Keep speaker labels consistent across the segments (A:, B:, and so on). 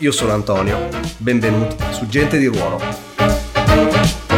A: Io sono Antonio, benvenuti su Gente di Ruolo.
B: Certo,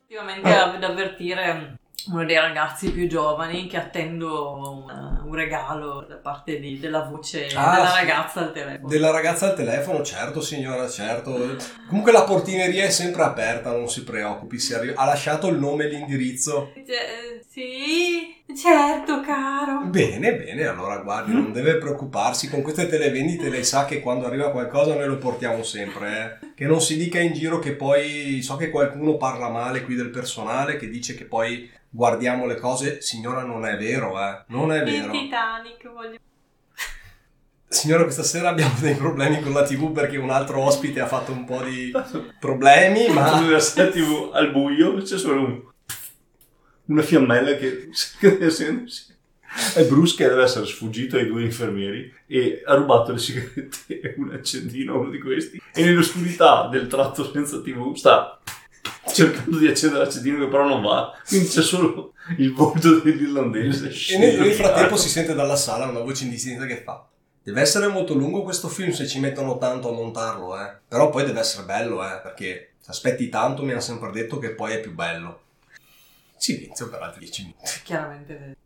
C: Effettivamente
B: Ah.
C: ad avvertire uno dei ragazzi più giovani che attendo un, un regalo da parte di- della voce
B: Ah,
C: della
B: sì.
C: ragazza al telefono.
B: Della ragazza al telefono, certo signora, certo. Comunque la portineria è sempre aperta, non si preoccupi, si arri- ha lasciato il nome e l'indirizzo.
C: Eh, sì, certo, caro.
B: Bene, bene, allora guardi, non deve preoccuparsi, con queste televendite lei sa che quando arriva qualcosa noi lo portiamo sempre, eh. che non si dica in giro che poi so che qualcuno parla male qui del personale, che dice che poi guardiamo le cose, signora non è vero, eh, non è
C: Il
B: vero.
C: Titanic, voglio.
B: Signora, questa sera abbiamo dei problemi con la TV perché un altro ospite ha fatto un po' di problemi, ma...
D: Sono nella sala TV al buio, c'è solo un- una fiammella che è brusca e deve essere sfuggito ai due infermieri e ha rubato le sigarette e un accendino a uno di questi e nell'oscurità del tratto senza TV sta cercando di accendere l'accendino che però non va, quindi c'è solo il volto dell'irlandese.
B: E nel,
E: esatto.
B: nel frattempo si sente dalla sala una voce indistinta che fa: Deve essere molto lungo questo film se ci mettono tanto a montarlo, eh. Però poi deve essere bello, eh, perché se aspetti tanto mi hanno sempre detto che poi è più bello. Silenzio per altri 10 minuti.
C: Chiaramente.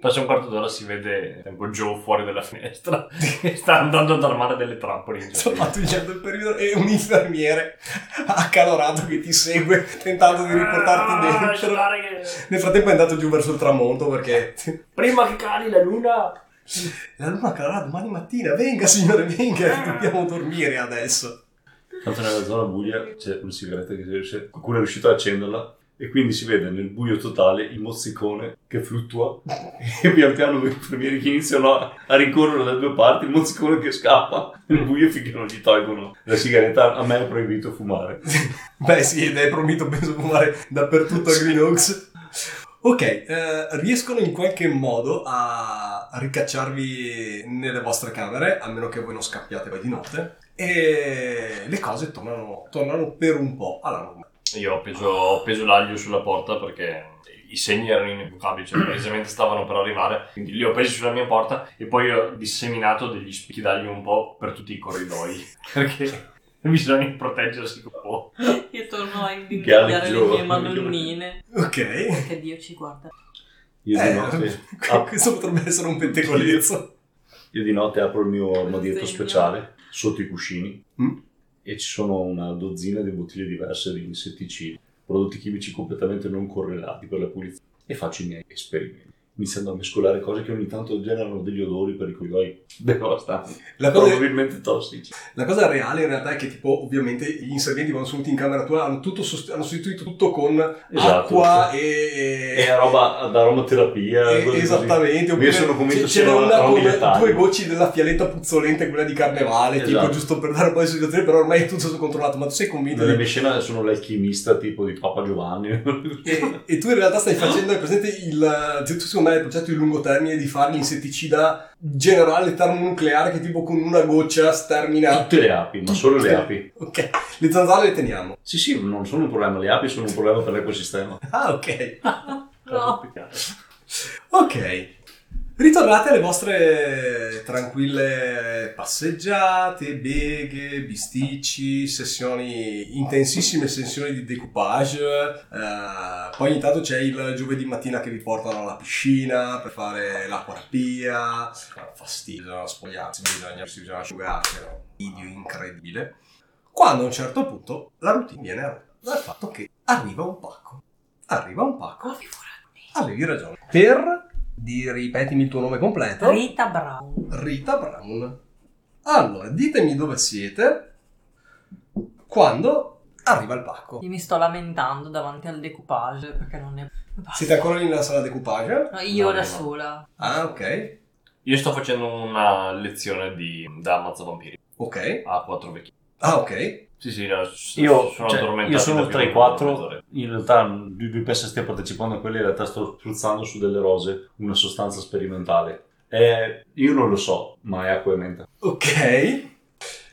E: Passa un quarto d'ora si vede tipo, Joe fuori dalla finestra che sta andando ad armare delle trappole in
B: Sto
E: giro.
B: pattugliando il certo periodo e un infermiere accalorato che ti segue tentando di riportarti
E: Ah,
B: dentro.
E: lasciare che-
B: Nel frattempo è andato giù verso il tramonto perché
E: Prima che cali la luna,
B: la luna calerà domani mattina. Venga, signore, venga, dobbiamo dormire adesso.
D: Tanto nella zona buia c'è una sigaretta che si riesce- qualcuno è riuscito ad accenderla e quindi si vede nel buio totale il mozzicone che fluttua e pian piano i infermieri che iniziano a, a rincorrere da due parti, il mozzicone che scappa nel buio finché non gli tolgono la sigaretta, a me è proibito fumare.
B: Beh sì, ed è proibito penso fumare dappertutto a Green Oaks. Ok, eh, riescono in qualche modo a a ricacciarvi nelle vostre camere, a meno che voi non scappiate poi di notte, e le cose tornano, tornano per un po' alla normale.
E: io ho appeso, ho appeso l'aglio sulla porta perché i segni erano inequivocabili, cioè precisamente stavano per arrivare, quindi li ho appesi sulla mia porta e poi ho disseminato degli spicchi d'aglio un po' per tutti i corridoi perché bisogna proteggersi un po'.
C: Io torno a
D: Che
C: individuare
D: Alex
C: le mie
D: Joe.
C: madonnine.
B: Ok,
C: Che Dio ci guarda.
D: Io di
B: Eh,
D: notte,
B: questo potrebbe essere un pettegolezzo.
D: io di notte apro il mio armadietto speciale sotto i cuscini
B: Mm.
D: e ci sono una dozzina di bottiglie diverse di insetticidi, prodotti chimici completamente non correlati per la pulizia e faccio i miei esperimenti, iniziando a mescolare cose che ogni tanto generano degli odori per i corridoi devastanti,
B: La cosa,
D: probabilmente tossici.
B: la cosa reale in realtà è che tipo ovviamente gli inservienti quando sono venuti in camera tua hanno, tutto sost- hanno sostituito tutto con acqua e...
D: E la Esatto. roba ad aromaterapia.
B: Eh,
D: cose così.
B: esattamente,
D: Io sono convinto
B: c'è- c'era
D: siano
B: una
D: robe
B: come
D: letali.
B: due gocce della fialetta puzzolente, quella di carnevale, tipo
D: Esatto.
B: giusto per dare un po' di situazione, però ormai è tutto stato controllato, ma tu sei convinto
D: Nella
B: di...
D: mia scena sono l'alchimista tipo di Papa Giovanni.
B: E, e tu in realtà stai facendo, hai presente il, tu secondo me hai il progetto di lungo termine di fare l'insetticida generale termonucleare che tipo con una goccia stermina...
D: Tutte le api, ma solo le api.
B: Ok, le zanzare le teniamo.
D: Sì, sì, non sono un problema, le api sono un problema per l'ecosistema.
B: Ah, ok.
C: No,
B: Ok. Ritornate alle vostre tranquille passeggiate, beghe, bisticci, sessioni, intensissime sessioni di decoupage. Eh, poi ogni tanto c'è il giovedì mattina che vi portano alla piscina per fare l'acquarpia. Fastidio, bisogna spogliarsi, bisogna, bisogna asciugarsi, è un video incredibile. Quando a un certo punto la routine viene rotta dal fatto che arriva un pacco. Arriva un pacco.
C: come figurati.
B: Avevi ragione. Per di ripetimi il tuo nome completo.
C: Rita Brown.
B: Rita Brown. Allora, ditemi dove siete. Quando Arriva il pacco.
C: Io mi sto lamentando davanti al decoupage perché non ne...
B: Siete ancora lì nella sala decoupage?
C: No, io
E: No,
C: da
E: no.
C: sola.
B: Ah, ok.
E: Io sto facendo una lezione di, da ammazza vampiri
B: Ok.
E: a quattro vecchi.
B: Ah, ok.
E: Sì, sì, no, s-
F: Io
E: sono
F: cioè,
E: addormentato.
F: io sono
E: da più
F: tra i
E: di mezz'ora.
F: quattro, in realtà lui lui pensa stia partecipando a quelle, in realtà sto spruzzando su delle rose una sostanza sperimentale. Eh, io non lo so, ma è acqua e menta.
B: Ok.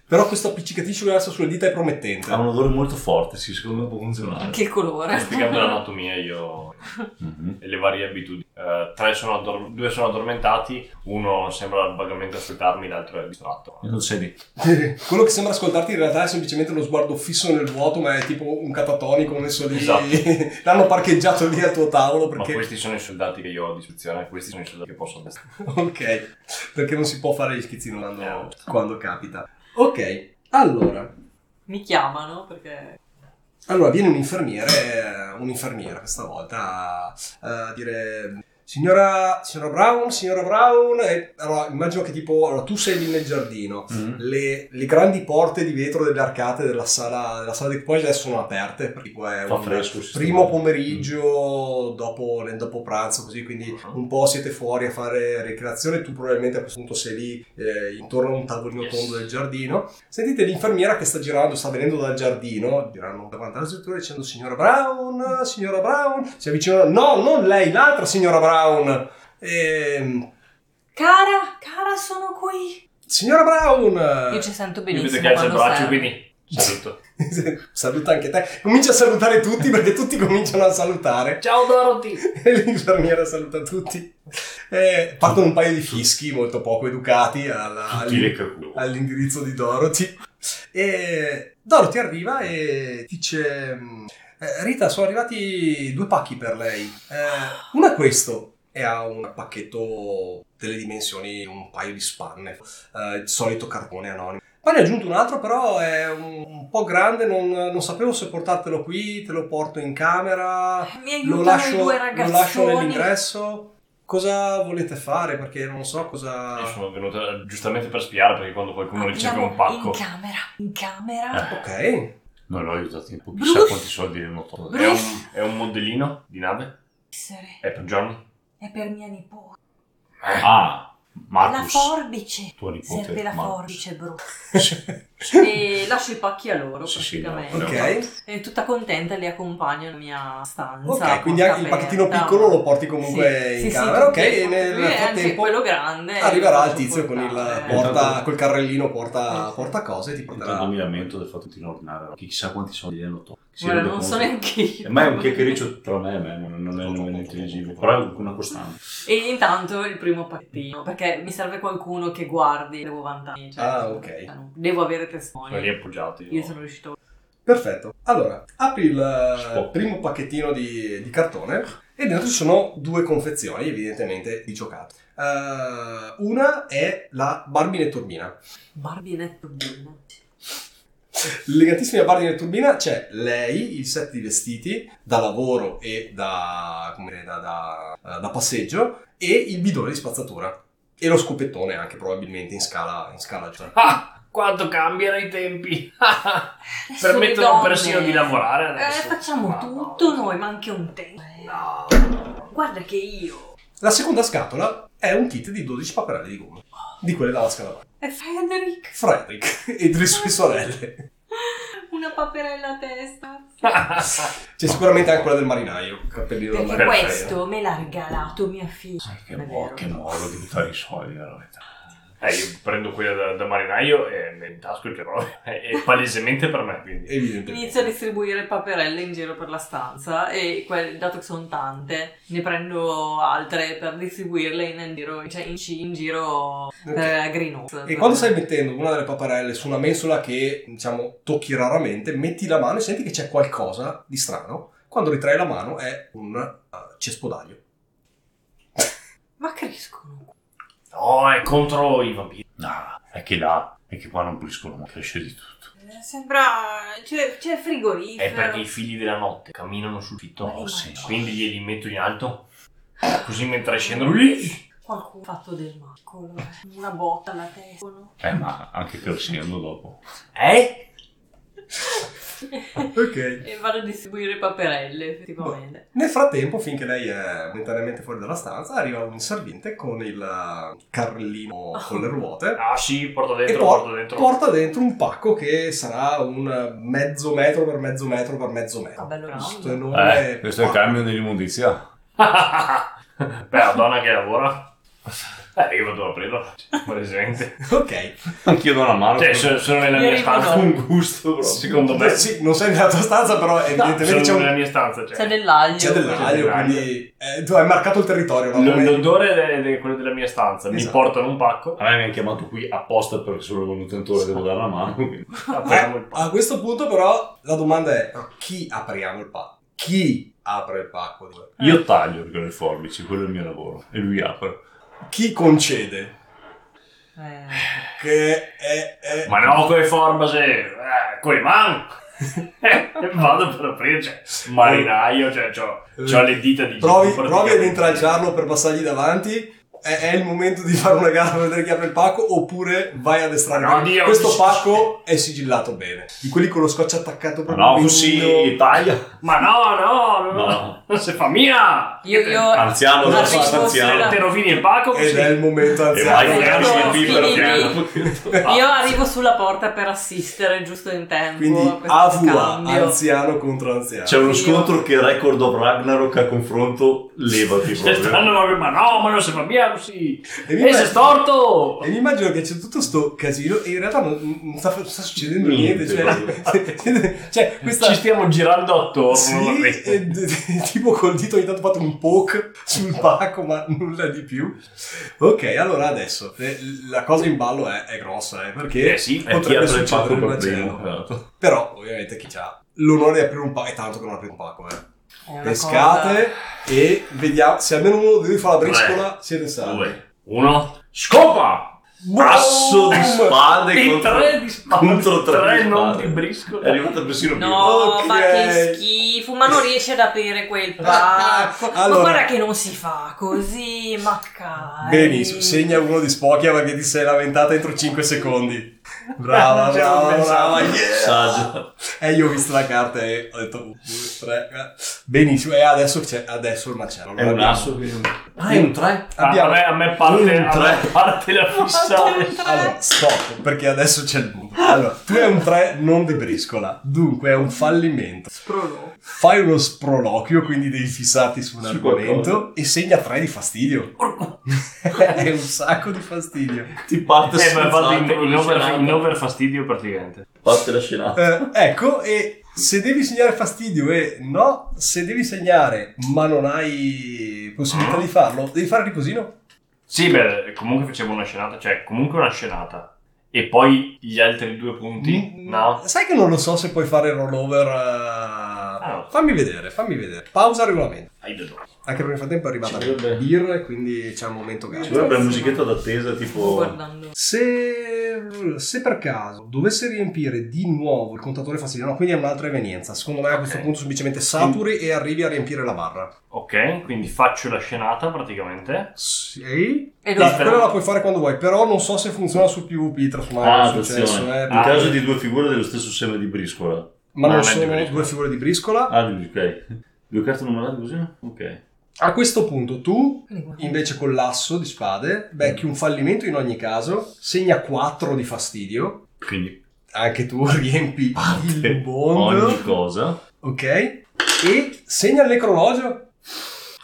B: Però questo appiccicaticcio che adesso sulle dita è promettente.
F: Ha un odore molto forte, sì, secondo me può funzionare.
C: Anche il colore.
E: Ho spiegato Eh, l'anatomia io
F: Mhm.
E: e le varie abitudini. Eh, tre sono addor- due sono addormentati, uno sembra vagamente ascoltarmi, l'altro è distratto.
F: E non sei lì.
B: Quello che sembra ascoltarti in realtà è semplicemente uno sguardo fisso nel vuoto, ma è tipo un catatonico messo lì.
E: Esatto.
B: L'hanno parcheggiato lì al tuo tavolo perché...
E: Ma questi sono i soldati che io ho a disposizione, questi sono i soldati che posso addestrare.
B: Ok. Perché non si può fare gli schizzini quando,
E: Eh.
B: quando capita. Ok. Allora.
C: Mi chiamano perché...
B: Allora viene un infermiere, un'infermiera questa volta, a dire signora, signora Brown, signora Brown, e allora immagino che tipo, allora tu sei lì nel giardino,
F: Mhm.
B: le, le grandi porte di vetro delle arcate della sala, della sala di poi adesso sono aperte, perché qua è
F: Fa
B: un
F: fresco. si sta
B: primo
F: bene.
B: pomeriggio dopo, nel dopo pranzo così, quindi un po' siete fuori a fare ricreazione, tu probabilmente a questo punto sei lì eh, intorno a un tavolino
E: Yes.
B: tondo del giardino. Sentite l'infermiera che sta girando, sta venendo dal giardino, girando davanti alla struttura dicendo signora Brown, signora Brown, si avvicinano, no, non lei, l'altra signora Brown. Ehm,
C: Cara, cara, sono qui.
B: signora Brown!
C: Io ci sento
E: Io
C: benissimo
E: vedo che alza il
C: quando
E: braccio,
C: serve.
E: quindi saluto.
B: Saluta anche te. Comincia a salutare tutti perché tutti cominciano a salutare.
C: Ciao Dorothy.
B: E l'infermiera saluta tutti. Eh, partono un paio di fischi molto poco educati alla-
F: Tutti lecca culo.
D: Eh,
B: all'indirizzo di Dorothy. E Dorothy arriva e dice: "Eh, Rita, sono arrivati due pacchi per lei. Eh, uno è questo. E ha un pacchetto delle dimensioni, un paio di spanne, eh, il solito cartone anonimo. Poi ne ho aggiunto un altro, però è un, un po' grande, non, non sapevo se portartelo qui, te lo porto in camera
C: Eh, Mi
B: lo
C: aiutano i
B: lascio,
C: due
B: lo
C: ragazzoni.
B: lascio nell'ingresso. Cosa volete fare? Perché non so cosa.
E: Io sono venuto eh, giustamente per spiare perché quando
C: Ah,
E: qualcuno riceve
C: Andiamo
E: un pacco
C: In camera, in camera.
B: Eh, Ok,
F: Non l'ho aiutato in poco.
C: Bruce.
F: Chissà quanti soldi ne ho tolto.
E: è un, è un modellino di nave,
C: Essere.
E: è per Johnny.
B: Eh,
C: È per mia nipote.
F: Ah,
C: La
F: Marcus.
C: forbice.
F: tuo nipote.
C: Serve la
F: Marcus.
C: forbice, bro. e lascio i pacchi a loro,
F: Sì, sì,
C: praticamente.
F: no,
B: ok.
C: E tutta contenta li accompagno nella mia stanza.
B: Ok, quindi
C: porta
B: anche il pacchettino
C: aperta.
B: piccolo lo porti comunque
C: Sì,
B: in
C: sì, sì,
B: camera. ok,
C: tutti
B: e
C: e
B: nel
C: tutti, e anche
B: frattempo
C: quello grande
B: arriverà
C: lo
B: il tizio con il
C: portare. Eh,
B: porta,
F: Intanto-
B: col carrellino porta, porta cose e ti
F: Intanto
B: porterà.
F: mi lamento del fatto che non ordinare. Che chissà quanti soldi ne ho tolto. Si
C: Guarda,
F: rende
C: non
F: conto.
C: so neanche io.
F: Eh, Ma è un chiacchiericcio tra me e me, non non è nemmeno intelligibile, però è una costante.
C: E intanto il primo pacchettino, perché mi serve qualcuno che guardi, devo vantarmi. Cioè,
B: Ah, ok.
C: Devo avere
E: Sono lì
C: testimoni.
E: appoggiati.
C: Io sono riuscito.
B: Perfetto. Allora, apri il
F: Spot.
B: primo pacchettino di, di cartone e dentro ci sono due confezioni, evidentemente, di giocato. Eh, una è la Barbie Netturbina.
C: Barbie Netturbina.
B: Legatissimi a Barbie nel Turbina c'è lei, il set di vestiti da lavoro e da, come dire, da, da- da passeggio e il bidone di spazzatura. E lo scopettone anche probabilmente in scala, in scala cioè. giusta.
E: Ah, quanto cambiano i tempi!
C: Adesso le
E: Permettono
C: donne-
E: persino di lavorare
C: Eh,
E: adesso.
C: facciamo
E: Ma no.
C: tutto noi, ma anche un tempo.
E: No.
C: Guarda che io.
B: La seconda scatola è un kit di 12 paperelle di gomma, di quelle dalla scala.
C: È Frederick.
B: Frederick e delle sue sorelle.
C: Una paperella a testa.
E: Ah,
B: C'è sicuramente anche quella del marinaio, il cappellino del
C: Perché
B: marinaio.
E: Perfetto.
C: questo me l'ha regalato mia figlia.
F: Sai che,
C: Non è
F: buo-
C: vero.
F: che modo di buttare i soldi, la verità.
E: Eh, io prendo quella da, da marinaio e me in tasco il però è, è palesemente per me, quindi.
B: Evidentemente.
C: Inizio a distribuire paperelle in giro per la stanza e que- dato che sono tante ne prendo altre per distribuirle in, in giro, cioè in, gi- in giro
B: Ok.
C: per Green Oaks.
B: E quando stai mettendo una delle paperelle su una mensola che, diciamo, tocchi raramente, metti la mano e senti che c'è qualcosa di strano. Quando ritrai la mano è un eh, cespodaglio.
C: Ma crescono.
E: No, è contro i vampiri.
F: No, è che là, è che qua non puliscono, ma cresce di tutto.
C: Eh, Sembra... c'è, c'è il frigorifero.
E: È perché i figli della notte camminano sul fitto.
C: Oh, sì.
E: Quindi glieli metto in alto. Così mentre scendono. "Ih!"
C: Qualcuno ha fatto del macolo. eh. Una botta alla testa. no?
F: Eh, ma anche crescendo dopo.
E: Eh?
B: Ok.
C: e vado a distribuire paperelle, effettivamente.
B: Nel frattempo, finché lei è momentaneamente fuori dalla stanza, arriva un inserviente con il carrellino con le ruote
E: Oh. Ah sì, porta
B: e
E: dentro,
B: por-
E: porta dentro.
B: porta dentro un pacco che sarà un mezzo metro per mezzo metro per mezzo metro.
C: Ah, bello
B: Questo
C: grande.
B: enorme
D: Eh, questo è il
B: pacco.
D: camion dell'immondizia.
E: Beh, la donna che lavora. Eh, io vado a prenderla, palesemente.
B: Ok,
D: Anch'io do una mano.
E: Cioè, sono, sono nella
C: Io
E: mia
C: arrivo
E: stanza.
C: dopo.
E: Un gusto, proprio. Secondo me.
B: Beh, sì, non sei nella tua stanza, però evidentemente c'è
E: Sono nella
B: un.
E: mia stanza, cioè.
C: C'è dell'aglio.
B: C'è dell'aglio,
E: dell'aglio.
B: quindi eh, tu hai marcato il territorio. no?
E: L-
B: Come-
E: L'odore è de- quello della mia stanza. Mi
B: Esatto.
E: portano un pacco.
D: A me mi hanno chiamato qui apposta perché sono il manutentore, devo dare una mano. quindi.
E: apriamo il
B: Eh,
E: pacco.
B: a questo punto, però, la domanda è: però, chi apriamo il pacco? Chi apre il pacco?
D: Io taglio con le forbici, quello è il mio lavoro. E lui apre.
B: Chi concede?
C: Eh,
B: Che è, è-
E: Ma no, con le formase, eh, con le man. E Vado per aprire, cioè, marinaio, cioè, c'ho, c'ho le dita di
B: provi,
E: giro,
B: provi ad
E: praticamente.
B: intralciarlo per passargli davanti. È, è il momento di fare una gara per vedere chi apre il pacco. Oppure vai ad estrarre.
E: No, Dio.
B: Questo pacco è sigillato bene. Di quelli con lo scotch attaccato
D: Ma
B: proprio
D: no,
B: benino.
D: così taglia.
E: Ma no, no, no,
D: No.
E: non si fa mia!
C: Io, io...
F: Ah,
D: Anziano,
C: Una
D: non so,
C: risposta
D: anziano.
C: era-
E: Te rovini il pacco
B: Ed
E: così.
B: è il momento
D: E
B: anziano.
D: vai,
C: Anziano,
D: finiamo,
C: finiamo.
D: finiamo, finiamo.
C: Io arrivo sulla porta per assistere giusto in tempo.
B: Ah. Quindi
C: a questo
B: AVA,
C: scambio.
B: anziano contro anziano.
E: Cioè,
D: C'è uno scontro che record of Ragnarok a confronto levati
E: Se stanno
D: proprio.
E: proprio, ma no, ma non si fa mia così.
B: E
E: E sei storto!
B: E mi immagino che c'è tutto sto casino e in realtà non, non sta, sta succedendo niente.
D: Niente,
B: cioè, cioè, questa...
E: Ci stiamo girando attorno.
B: Sì,
E: vabbè.
B: e d- d- tipo col dito ogni tanto fatto un poke sul pacco, ma nulla di più. Ok, allora adesso eh, la cosa in ballo è, è grossa, eh, perché
E: Eh sì,
D: E chi
B: potrebbe
D: apre il
B: succedere
D: pacco
B: il
D: per
B: macello.
D: primo? Esatto.
B: Però ovviamente chi ha l'onore di aprire un pacco, è tanto che non apre un pacco, eh.
C: È una
B: Pescate e vediamo se almeno uno di voi fa la briscola, siete salvi.
E: Due, uno, scopa!
D: Passo di spade
E: E
D: contro
E: tre di spade,
D: contro tre,
E: tre
D: di
E: non
D: spade.
E: di briscola.
D: È arrivata persino
C: No,
B: Ok.
C: ma che schifo, ma non riesce ad aprire quel pacco.
B: Allora.
C: Ma guarda che non si fa così, ma cari.
B: Benissimo, segna uno di Spocchia perché ti sei lamentata entro 5 secondi. Brava,
E: Non ci avevo
B: brava, brava,
E: pensato.
B: yeah.
D: Saggia.
B: E io ho visto la carta e ho detto "Uh, 1, 2, 3. eh." Benissimo, e adesso c'è adesso il macello.
D: È un asso che... Ah, è un 3?
E: Ah,
B: Abbiamo-
E: vabbè, a me parte,
D: Un,
E: a
D: tre.
E: me parte la fissa. Eh,
B: Allora, stop, perché adesso c'è il punto. Allora, tu hai un 3 non di briscola, dunque è un fallimento.
C: Sprolo.
B: Fai uno sproloquio, quindi devi fissarti su un
D: Su
B: argomento
D: qualcosa.
B: e segna 3 di fastidio. è un sacco di fastidio.
D: Ti parte
E: Eh, ma vado in,
D: senz'altro
E: in over,
D: scenata.
E: in over fastidio praticamente.
D: Parte la scenata.
B: Eh, ecco, e se devi segnare fastidio e no, se devi segnare ma non hai possibilità di farlo, devi fare il riposino.
E: Sì, beh, comunque facevo una scenata, cioè comunque una scenata. E poi gli altri due punti?
B: Mm,
E: No.
B: Sai che non lo so se puoi fare il rollover. eh,
D: Ah,
E: no.
B: Fammi vedere, fammi vedere. Pausa regolamento.
E: Hai detto.
B: Anche perché nel frattempo è arrivata
D: Ci
B: la
D: dovrebbe-
B: birra e quindi c'è un momento gatto.
D: Ci vorrebbe la musichetta d'attesa tipo...
C: Guardando.
B: Se, se per caso dovesse riempire di nuovo il contatore fastidio, no, quindi è un'altra evenienza. Secondo me a questo
E: Ok.
B: punto semplicemente saturi e arrivi a riempire la barra.
E: Ok, quindi faccio la scenata praticamente.
B: Sì.
C: E
B: No,
E: Sì,
C: dove?
E: però-
B: quella la puoi fare quando vuoi, però non so se funziona su PvP trasformare
D: Ah,
B: in successo,
D: attenzione.
B: eh,
D: In
B: perché-
D: caso di due figure dello stesso seme di briscola.
B: ma
E: No,
B: non
E: non è di
B: sono
E: briscola.
B: due figure di briscola.
D: Ah, di- ok. Due carte numerate così? Ok.
B: A questo punto tu,
C: Quindi guarda.
B: invece con l'asso di spade, becchi un fallimento in ogni caso, segna 4 di fastidio,
D: Quindi
B: anche tu riempi il
D: parte ogni
B: bond,
D: cosa.
B: ok? E segna il necrologio.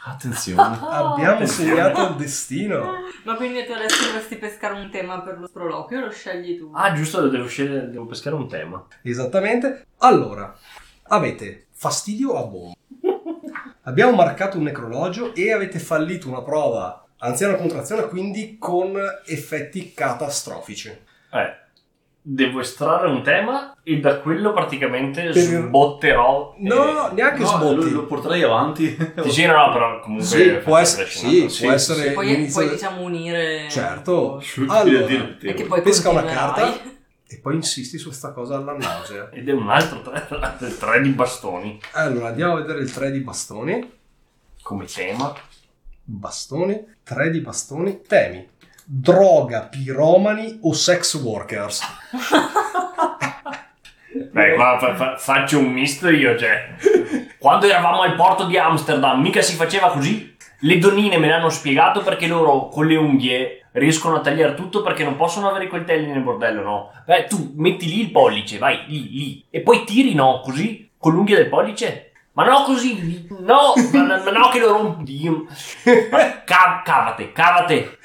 D: Attenzione.
B: Abbiamo
E: attenzione.
B: segnato il destino.
C: Ma quindi tu adesso dovresti pescare un tema per lo sproloquio, lo scegli tu.
E: Ah, giusto, devo scegliere, devo pescare un tema.
B: Esattamente. Allora, avete fastidio a bomba. Abbiamo marcato un necrologio e avete fallito una prova anziana contrazione, quindi con effetti catastrofici.
E: Eh, devo estrarre un tema e da quello praticamente
B: Per-
E: sbotterò.
B: No,
E: eh,
B: neanche
D: No, lo,
B: sbotti.
D: lo porterei avanti.
E: Sì, sì, no, no, però comunque
B: Sì,
E: faccio
B: può essere,
E: la scenata.
B: sì, può essere
C: Poi,
B: l'inizio
C: poi
B: del-
C: diciamo unire...
B: Certo.
D: Allora,
B: Allora,
C: E che poi
B: pesca una
C: continuerai.
B: carta e poi insisti su questa cosa alla nausea.
E: Ed è un altro tre, tre di bastoni
B: Allora, andiamo a vedere il 3 di bastoni.
E: come tema.
B: Bastoni, 3 di bastoni, temi. Droga, piromani o sex workers?
E: Beh, qua fa- fa- faccio un mister io, cioè. Quando eravamo al porto di Amsterdam, mica si faceva così. Le donine me l'hanno spiegato perché loro con le unghie riescono a tagliare tutto perché non possono avere i coltelli nel bordello, no? Beh, tu metti lì il pollice, vai, lì, lì. E poi tiri, no? Così? Con l'unghia del pollice? Ma no così, no, ma, ma no che lo rompi. Io- Ma ca- cavate, cavate.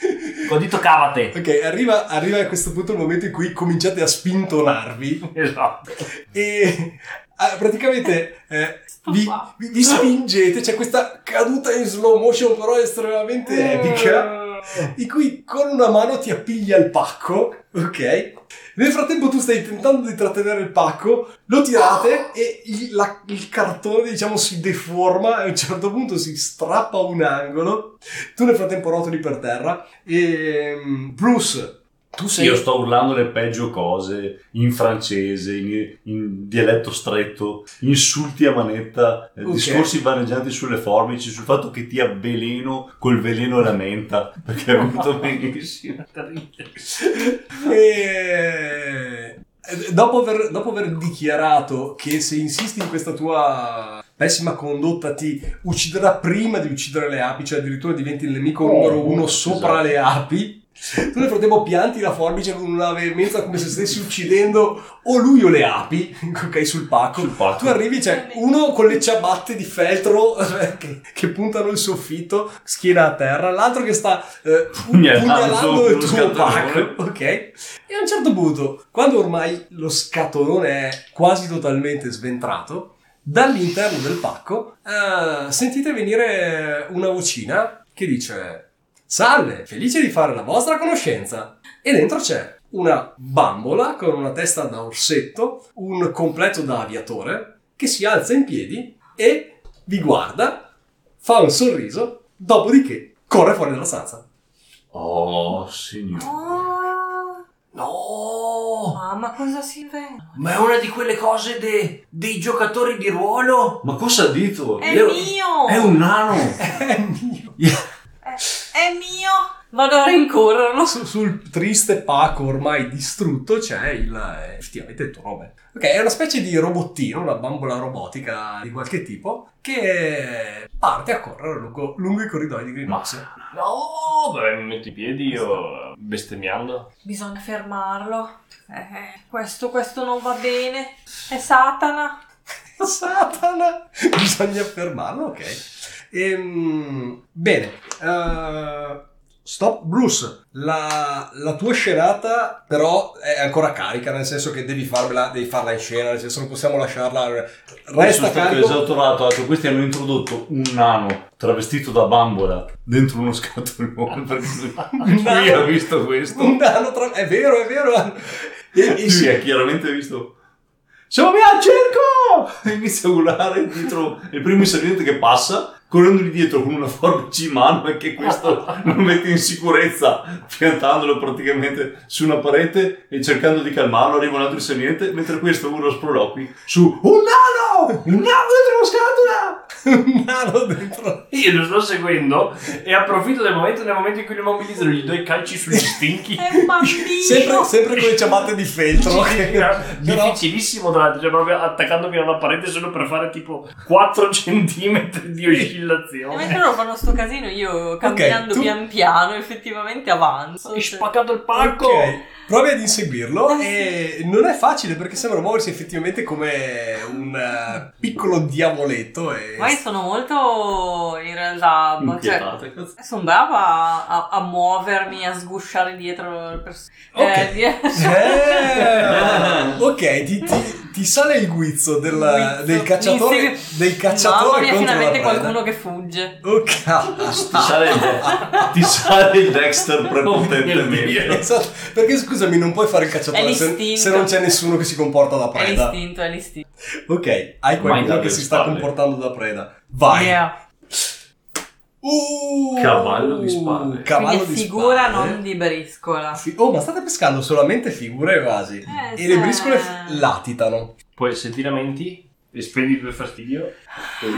E: Ho detto cavate.
B: Ok, arriva, arriva a questo punto il momento in cui cominciate a spintonarvi
E: Esatto.
B: e ah, praticamente eh, vi,
C: qua.
B: vi- vi spingete, c'è questa caduta in slow motion però estremamente epica, in cui con una mano ti appiglia il pacco, ok? Nel frattempo tu stai tentando di trattenere il pacco, lo tirate e il, la- il cartone diciamo si deforma e a un certo punto si strappa un angolo, tu nel frattempo rotoli per terra e mm, Bruce... Tu sei...
D: Io sto urlando le peggio cose in francese, in, in dialetto stretto, insulti a manetta, eh,
B: Ok.
D: discorsi vaneggianti sulle forbici, sul fatto che ti avveleno col veleno e la menta, perché è venuto benissimo.
B: E- eh, Dopo aver, dopo aver dichiarato che se insisti in questa tua pessima condotta ti ucciderà prima di uccidere le api, cioè addirittura diventi il nemico numero uno sopra le api, tu nel frattempo pianti la forbice con una veemenza come se stessi uccidendo o lui o le api, ok, sul pacco.
D: Sul pacco.
B: Tu arrivi, c'è uno con le ciabatte di feltro eh, che, che puntano il soffitto, schiena a terra, l'altro che sta eh,
D: Pugnalando
B: pugnalando il
D: uno
B: tuo
D: scatolone.
B: pacco, ok? E a un certo punto, quando ormai lo scatolone è quasi totalmente sventrato, dall'interno del pacco eh, sentite venire una vocina che dice Salve, felice di fare la vostra conoscenza. E dentro c'è una bambola con una testa da orsetto, un completo da aviatore, che si alza in piedi e vi guarda, fa un sorriso, dopodiché corre fuori dalla stanza.
D: Oh, signore.
C: Oh,
E: No!
C: mamma, Ah, cosa si inventa?
E: Ma è una di quelle cose de- dei giocatori di ruolo?
D: Ma cosa ha
B: Boh,
D: detto?
C: È
D: Io-
C: mio!
D: È un
B: Ah,
D: nano!
B: È mio.
C: È mio! Vado a rincorrerlo.
B: Su- sul triste pacco ormai distrutto c'è il eh, effettivamente il tuo nome. Ok, è una specie di robottino, una bambola robotica di qualche tipo che parte a correre lungo, lungo i corridoi di Greenhouse.
E: No, vabbè, mi metto i piedi io eh, bestemmiando.
C: Bisogna fermarlo. Eh, questo, questo non va bene. È Satana.
B: Satana! Bisogna fermarlo, ok. Ehm, bene. eh, stop Bruce. La, la tua scenata però è ancora carica, nel senso che devi, farmela, devi farla in scena, nel senso non possiamo lasciarla... eh,
D: Io sono
B: Resta
D: stato
B: carico...
D: esautorato, ha detto, questi hanno introdotto un nano travestito da bambola dentro uno scatolone perché lui, lui ha visto questo.
B: Un nano tra... È vero, è vero. E- e-
D: Lui ha chiaramente visto. Siamo via al circo! E Inizia a urlare dietro il primo inserviente che passa, correndogli dietro con una forbice in mano perché questo lo mette in sicurezza, piantandolo praticamente su una parete e cercando di calmarlo. Arriva un altro inserviente, mentre questo urla sproloqui su un nano! Un nano dentro la scatola!
B: un nano dentro...
E: Io lo sto seguendo e approfitto del momento, nel momento in cui lo mobilizzano, gli do i calci sugli stinchi.
C: È un bambino.
B: Sempre, sempre con le ciabatte di feltro.
E: Era
B: che- però-
E: difficilissimo tra l'altro, cioè proprio attaccandomi alla parete solo per fare tipo 4 centimetri di
C: E
B: Eh,
E: oscillazione.
C: mentre loro fanno sto casino, io camminando
B: tu-
C: pian piano, effettivamente avanzo.
E: Hai
C: Cioè,
E: spaccato il pacco!
B: Ok, provi ad
C: Eh,
B: inseguirlo e non è facile perché sembra muoversi effettivamente come un eh, piccolo diavoletto e
C: Poi sono molto in realtà. boh, Cioè,
D: Impietate, cazzo.
C: sono brava a, a- a muovermi, a sgusciare dietro le persone.
B: Ok. Eh, ok, ti, ti- ti sale il guizzo del, del cacciatore del
C: Mamma
B: cacciatore
C: mia,
B: contro la
C: finalmente
B: preda.
C: qualcuno che fugge.
D: Ti
B: Ok.
D: sale il, ti sale il Dexter prepotentemente.
B: Esatto, perché scusami, non puoi fare il cacciatore
C: È
B: se,
C: l'istinto.
B: se non c'è nessuno che si comporta da
C: È
B: preda.
C: l'istinto, è l'istinto.
B: Ok, hai qualcuno
D: dalle
B: che si sta
D: spalle.
B: comportando da preda. Vai.
C: Yeah.
B: Uh,
D: Cavallo di spalle.
B: Cavallo
C: Quindi
B: di
C: figura
B: spalle.
C: non di briscola.
B: Fi- Oh, ma state pescando solamente figure e vasi.
C: Eh,
B: e le
C: sì.
B: briscole f- latitano.
E: Poi se ti lamenti, espendi due fastidio.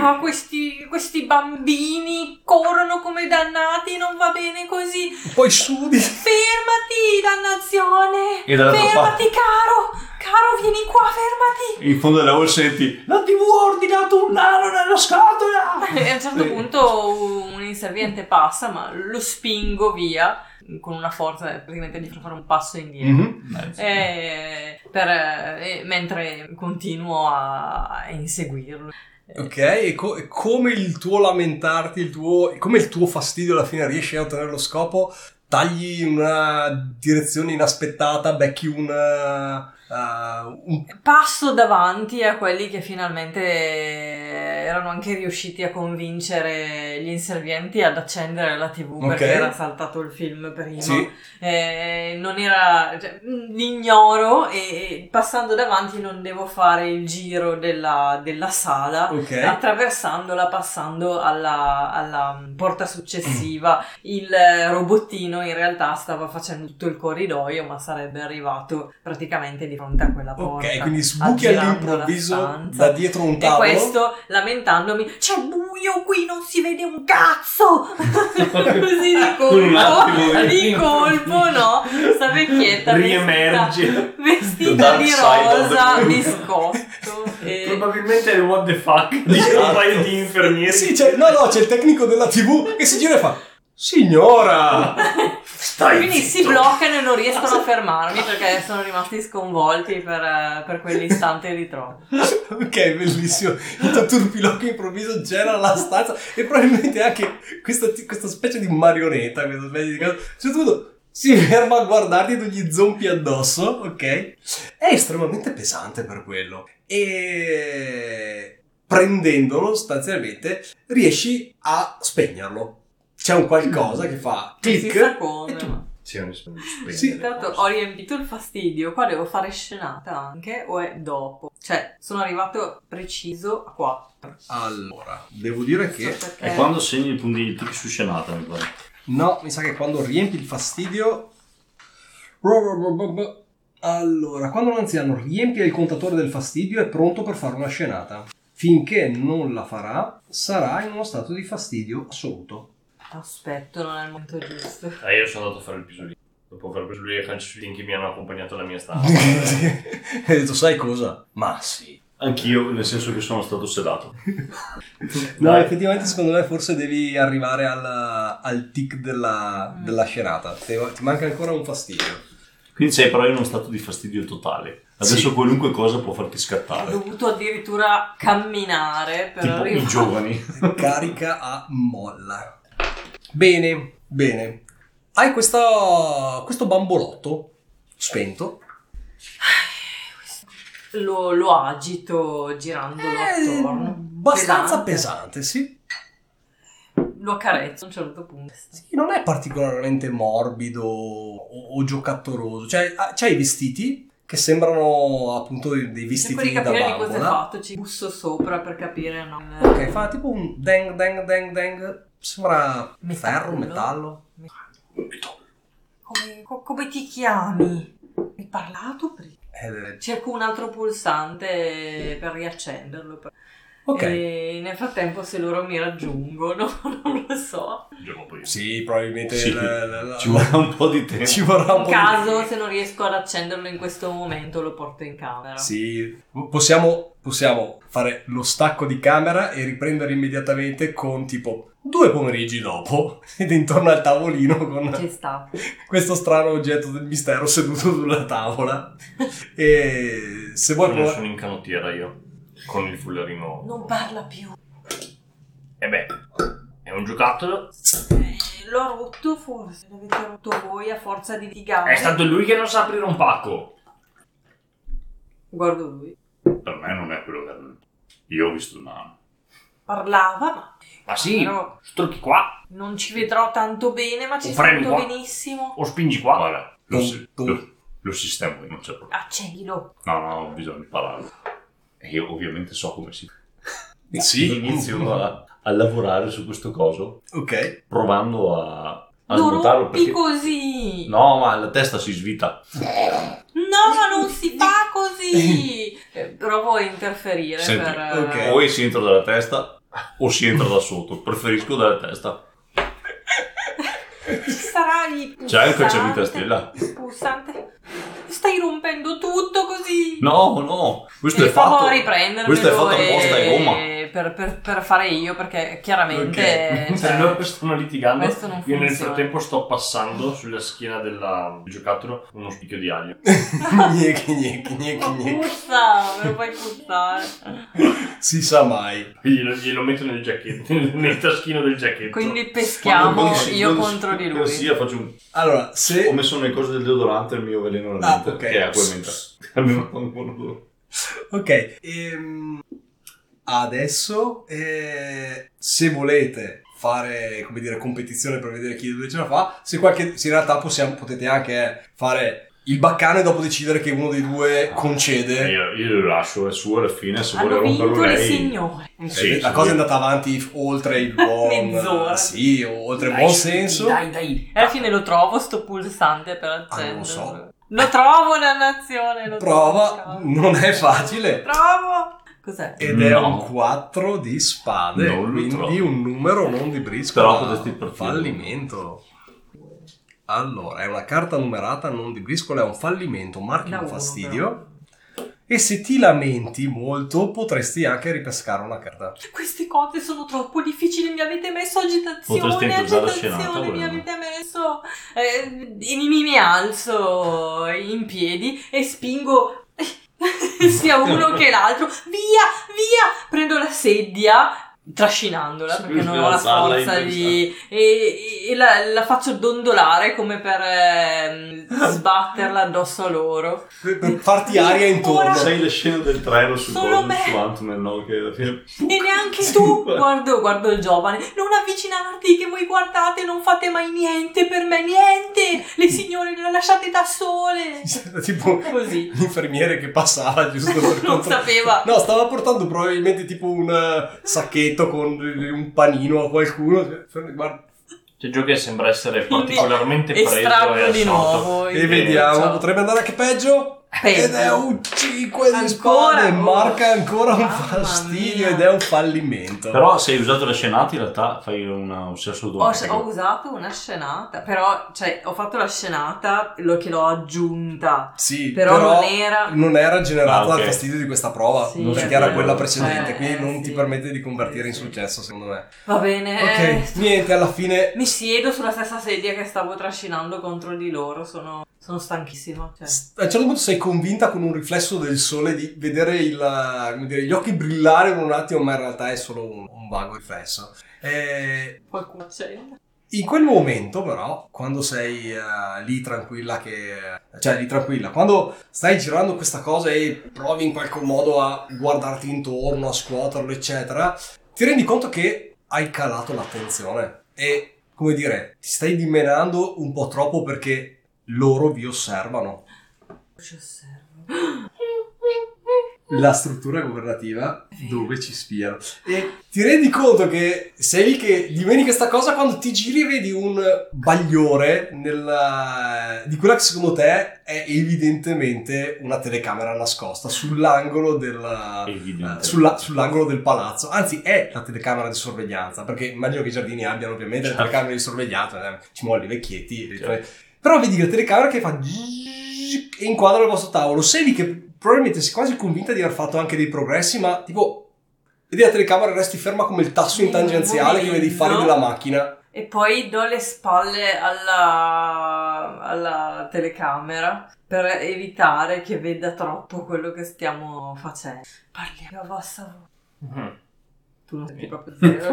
C: Ah, questi, questi bambini corrono come dannati, non va bene così.
B: Poi sudi.
C: Fermati, dannazione!
D: E dall'altra
C: Fermati, caro! caro, vieni qua, fermati!
F: In fondo della hall senti la TV ha ordinato un nano nella scatola!
C: E a un certo punto un inserviente passa, ma lo spingo via con una forza praticamente gli fa fare un passo indietro.
E: Mm-hmm.
F: Mhm.
C: Eh, E per- eh, e mentre continuo a, a inseguirlo.
B: Ok, e, co- e come il tuo lamentarti, il tuo, come il tuo fastidio alla fine riesci a ottenere lo scopo, tagli in una direzione inaspettata, becchi un, eh, eh, un-
C: Passo davanti a quelli che finalmente erano anche riusciti a convincere gli inservienti ad accendere la TV perché
B: Ok.
C: era saltato il film prima.
B: Sì,
C: Eh, non era. cioè, mh, l'ignoro e, e passando davanti non devo fare il giro della, della sala.
B: ok.
C: Attraversandola, passando alla, alla porta successiva, il eh, robottino in realtà stava facendo tutto il corridoio, ma sarebbe arrivato praticamente di fronte a quella porta.
B: Ok, quindi sbuchi
C: aggirando la
B: all'improvviso
C: stanza.
B: da dietro un
C: E
B: tavolo.
C: questo lamentandomi, c'è buio qui, non si vede un cazzo! Così di
F: Un attimo
B: eh.
C: colpo,
F: di-
C: di colpo, no? Sta vecchietta vestita,
F: Riemerge.
D: The
C: vestita
D: dark
C: di
D: side of the
C: rosa,
D: moon.
C: biscotto. E...
E: Probabilmente è what the fuck di
B: Sì.
E: un paio di infermieri.
B: Esatto. Sì, c'è, no, no, c'è il tecnico della TV che si gira e fa: Signora!
F: Stai
C: Quindi si
F: zitto.
C: bloccano e non riescono a fermarmi perché sono rimasti sconvolti per, eh, per quell'istante di troppo.
B: ok, bellissimo. Il turpilocchio improvviso genera la stanza e probabilmente anche questa, questa specie di marionetta, questa specie di cosa. A un certo punto si ferma a guardarti e tu gli zompi addosso, ok? È estremamente pesante per quello. E prendendolo sostanzialmente riesci a spegnerlo. C'è un qualcosa che fa
C: Si sa
B: click.
C: come.
B: e tu-
C: ma-
E: Sì, non si può spegnere.
B: Sì,
C: Intanto ho riempito il fastidio, qua devo fare scenata anche o è dopo? Cioè, sono arrivato preciso a 4.
B: Allora, devo dire che
E: Eh.
D: È quando segni il punto di tic su scenata, mi pare.
B: No, mi sa che quando riempi il fastidio. Allora, quando un anziano riempie il contatore del fastidio è pronto per fare una scenata. Finché non la farà, sarà in uno stato di fastidio assoluto.
C: Aspetto, non è il momento giusto.
E: Ah, io sono andato a fare il pisolino. Dopo aver preso lui e i cancellini che mi hanno accompagnato alla mia stanza.
B: Hai detto, sai cosa? Ma sì.
D: Anch'io, nel senso che sono stato sedato.
B: No,
D: Dai.
B: effettivamente secondo me forse devi arrivare al, al tic della,
C: Mm.
B: della scenata. Te- ti manca ancora un fastidio.
D: Quindi sei però in uno stato di fastidio totale. Adesso qualunque cosa può farti
C: Ho
D: scattare.
C: dovuto addirittura camminare per
D: Ah, Tipo i
C: arrivare.
D: giovani.
B: carica a molla. Bene, bene. Hai questa- questo bambolotto spento.
C: Lo, lo agito girandolo
B: È
C: attorno.
B: Eh, abbastanza pesante, sì.
C: Lo accarezzo a un certo punto.
B: Sì, Non è particolarmente morbido o, o giocattoloso. Cioè, ha- c'ha i vestiti che sembrano appunto dei
C: Cerco
B: vestiti
C: di
B: da
C: capire di cosa è
B: bambola.
C: fatto, ci busso sopra per capire. No?
B: Ok, fa tipo un deng deng deng deng. Sembra
C: Metallo.
B: ferro, metallo.
C: Come, co- come ti chiami? Hai parlato prima?
B: Eh,
C: Cerco un altro pulsante per riaccenderlo. per-
B: ok.
C: E nel frattempo se loro mi raggiungono, non lo so.
E: Giorno poi.
B: Sì, probabilmente
D: Sì,
B: la- la- la-
D: Ci vorrà un po' di tempo.
B: ci vorrà un
C: In
B: po' di-
C: caso, se non riesco ad accenderlo in questo momento, lo porto in camera.
B: Sì, possiamo, possiamo fare lo stacco di camera e riprendere immediatamente con tipo due pomeriggi dopo ed intorno al tavolino con
C: Ci sta.
B: questo strano oggetto del mistero seduto sulla tavola. E se vuoi
E: Sono,
B: provare...
E: sono in canottiera io. Con il fullerino.
C: Non parla più.
E: E beh, è un giocattolo.
C: Eh, L'ho rotto forse, l'avete rotto voi a forza di litigare.
E: È stato lui che non sa aprire un pacco.
C: Guardo lui.
D: Per me non è quello che... Io ho visto una...
C: Parlava, ma
E: Ma sì,
C: Però-
E: strucchi qua
C: non ci vedrò tanto bene, ma ci
E: Un frame
C: sento
E: qua.
C: benissimo.
E: o spingi qua.
D: Guarda,
B: lo si- lo-
D: sistema non c'è problema.
C: Accendilo.
D: No, no, ho bisogno di parlare. E io ovviamente so come si
B: Sì.
D: Inizio a, a lavorare su questo coso,
B: Ok,
D: provando a, a
C: Lo
D: smontarlo
C: rompi
D: perché...
C: così.
D: No, ma la testa si svita.
C: No, non si fa così! Eh, Provo a interferire
D: Senti,
C: per... eh,
B: ok.
D: O si entra dalla testa o si entra da sotto. Preferisco dalla testa.
C: Ci sarà il pulsante...
D: C'è anche il cavitastella.
C: Pulsante... stai rompendo tutto così.
D: No, no, questo
C: Mi
D: è fatto.
C: favo a riprendermelo
D: questo è fatto
C: e-
D: apposta è gomma.
C: Per, per- per fare io, perché chiaramente...
E: Perché
C: cioè,
E: loro stanno litigando.
C: questo non
E: Io nel
C: funziona.
E: frattempo sto passando sulla schiena della- del giocattolo uno spicchio di aglio.
B: Gnecchi, gnecchi, gnecchi,
C: Ma
B: gnecchi.
C: puzza, me lo puoi puzzare.
B: Si sa mai.
E: Glielo, glielo metto nel giacchetto, nel taschino del giacchetto.
C: Quindi peschiamo
D: Quando si-
C: io
D: quando si-
C: contro di
D: quando
C: lui.
D: si- io faccio un-
B: Allora,
D: Ho
B: se...
D: messo nelle cose del deodorante il mio veleno alla
B: Ah,
D: menta,
B: ok.
D: che è acqua e menta. Almeno fa un buon odore.
B: Ok. ehm, adesso, eh, se volete fare, come dire, competizione per vedere chi di due ce la fa, se qualche... Se in realtà possiamo, potete anche fare il baccano e dopo decidere che uno dei
D: Ah,
B: due concede.
D: Eh, Io, io lo lascio, è suo alla fine, se vuole
C: Hanno vinto
D: romperlo
C: le
D: lei...
C: signore.
D: Sì,
B: la
D: sì.
B: cosa è andata avanti f- oltre il buon
C: Mezz'ora.
B: sì, oltre il
C: Dai,
B: buon senso.
C: Dai, dai. Alla fine lo trovo sto pulsante per accendere.
B: Ah, non lo so.
C: Lo trovo, dannazione. Lo
B: Prova,
C: trovo.
B: non è facile.
C: Lo trovo. Cos'è?
B: Ed è
D: No.
B: un 4 di spade,
D: Non lo
B: quindi
D: trovo.
B: un numero non di briscola.
D: Però potresti partire.
B: fallimento. Allora, è una carta numerata non di briscola, è un fallimento, marchi
C: Da
B: un
C: uno,
B: fastidio. E se ti lamenti molto, potresti anche ripescare una carta.
C: Queste cose sono troppo difficili. Mi avete messo
D: Potresti
C: agitazione,
D: anche usare la scenata,
C: agitazione. Mi
D: volendo.
C: avete messo. eh, in- mi, mi alzo in piedi e spingo. eh, sia uno che l'altro. Via, via! Prendo la sedia. Trascinandola perché non ho la
D: Alzarla in
C: forza di. e, e- e la, la faccio dondolare come per ehm, sbatterla addosso a loro.
B: Per per farti aria intorno.
C: Ora-
D: Sai le scene del trailer sul
C: Solo
D: coso
C: me.
D: su Ant-Man, no? Che alla fine...
C: E neanche tu,
D: Sì.
C: guardo, guardo il giovane, non avvicinarti che voi guardate, non fate mai niente per me, niente, le signore le lasciate da sole.
B: tipo
C: Così.
B: l'infermiere che passava giusto per
C: Non
B: control-
C: sapeva.
B: No, stava portando probabilmente tipo un eh, sacchetto con eh, un panino a qualcuno. Cioè, guarda,
E: Cioè, gioco che sembra essere
C: Quindi,
E: particolarmente preso e
C: Estraggo
E: assorto.
C: di nuovo.
B: E vediamo,
C: ciao.
B: potrebbe andare anche peggio.
C: Peggio.
B: Ed è un 5 di
C: Ancora?
B: spade, marca ancora un
C: Mamma
B: fastidio
C: mia.
B: ed è un fallimento.
D: Però se hai usato la scenata in realtà fai una- un sesso
C: Ho,
D: domestico.
C: ho usato una scenata, però, cioè, ho fatto la scenata lo- che l'ho aggiunta,
B: sì,
C: però, non era...
B: non era generato
D: Ah, ok.
B: dal fastidio di questa prova,
C: Sì.
B: perché
D: Non
B: era
D: c'è
B: quella
D: quello.
B: precedente,
C: Eh,
B: quindi non
C: sì.
B: ti permette di convertire in
C: Sì, Eh, sì.
B: successo, secondo me.
C: Va bene.
B: Ok, niente, alla fine
C: Mi siedo sulla stessa sedia che stavo trascinando contro di loro, sono, sono stanchissima. Cioè.
B: A un certo punto sei convinta con un riflesso del sole di vedere il, come dire, gli occhi brillare per un attimo, ma in realtà è solo un, un vago riflesso. E
C: Qualcuno accende.
B: in quel momento, però, quando sei eh, lì tranquilla, che, cioè lì tranquilla, quando stai girando questa cosa e provi in qualche modo a guardarti intorno, a scuoterlo, eccetera, ti rendi conto che hai calato l'attenzione e, come dire, ti stai dimenando un po' troppo perché loro vi osservano.
C: Ci osservo.
B: la struttura governativa dove ci spiano. E ti rendi conto che sei lì che dimentichi questa cosa quando ti giri e vedi un bagliore nella- di quella che secondo te è evidentemente una telecamera nascosta sull'angolo della- eh,
D: Evidente.
B: sulla- sull'angolo del palazzo, anzi è la telecamera di sorveglianza, perché immagino che i giardini abbiano ovviamente
D: Certo.
B: le telecamere di sorveglianza, eh, ci muoiono i vecchietti,
D: Certo.
B: però vedi la telecamera che fa zzzz e inquadra il vostro tavolo. Sei lì che probabilmente sei quasi convinta di aver fatto anche dei progressi, ma tipo vedi la telecamera e resti ferma come il tasso in tangenziale che vedi i fari della macchina.
C: E poi do le spalle alla, alla telecamera per evitare che veda troppo quello che stiamo facendo. Parliamo a bassa voce.
E: Mm.
C: Tu non senti proprio zero.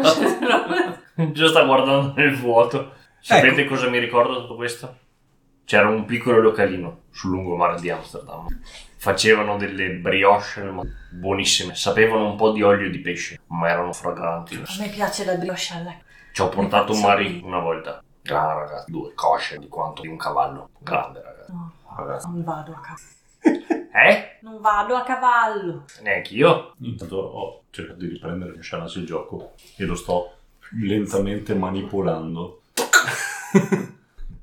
E: Mhm. Già sta guardando nel vuoto. Sapete
B: Ecco.
E: cosa mi ricorda tutto questo? C'era un piccolo localino sul lungomare di Amsterdam. Facevano delle brioche ma buonissime. Sapevano un po' di olio di pesce, ma erano fraganti.
C: a me piace la brioche alla...
E: Ci ho portato un
C: Sì.
E: marì una volta. Grande ragazzi, due cosce di quanto di un cavallo. Grande ragazzi.
C: No,
E: Ragazzi.
C: non vado a cavallo.
E: Eh?
C: Non vado a cavallo.
E: Neanche io?
D: Intanto ho cercato di riprendere in scenata il gioco e lo sto lentamente manipolando.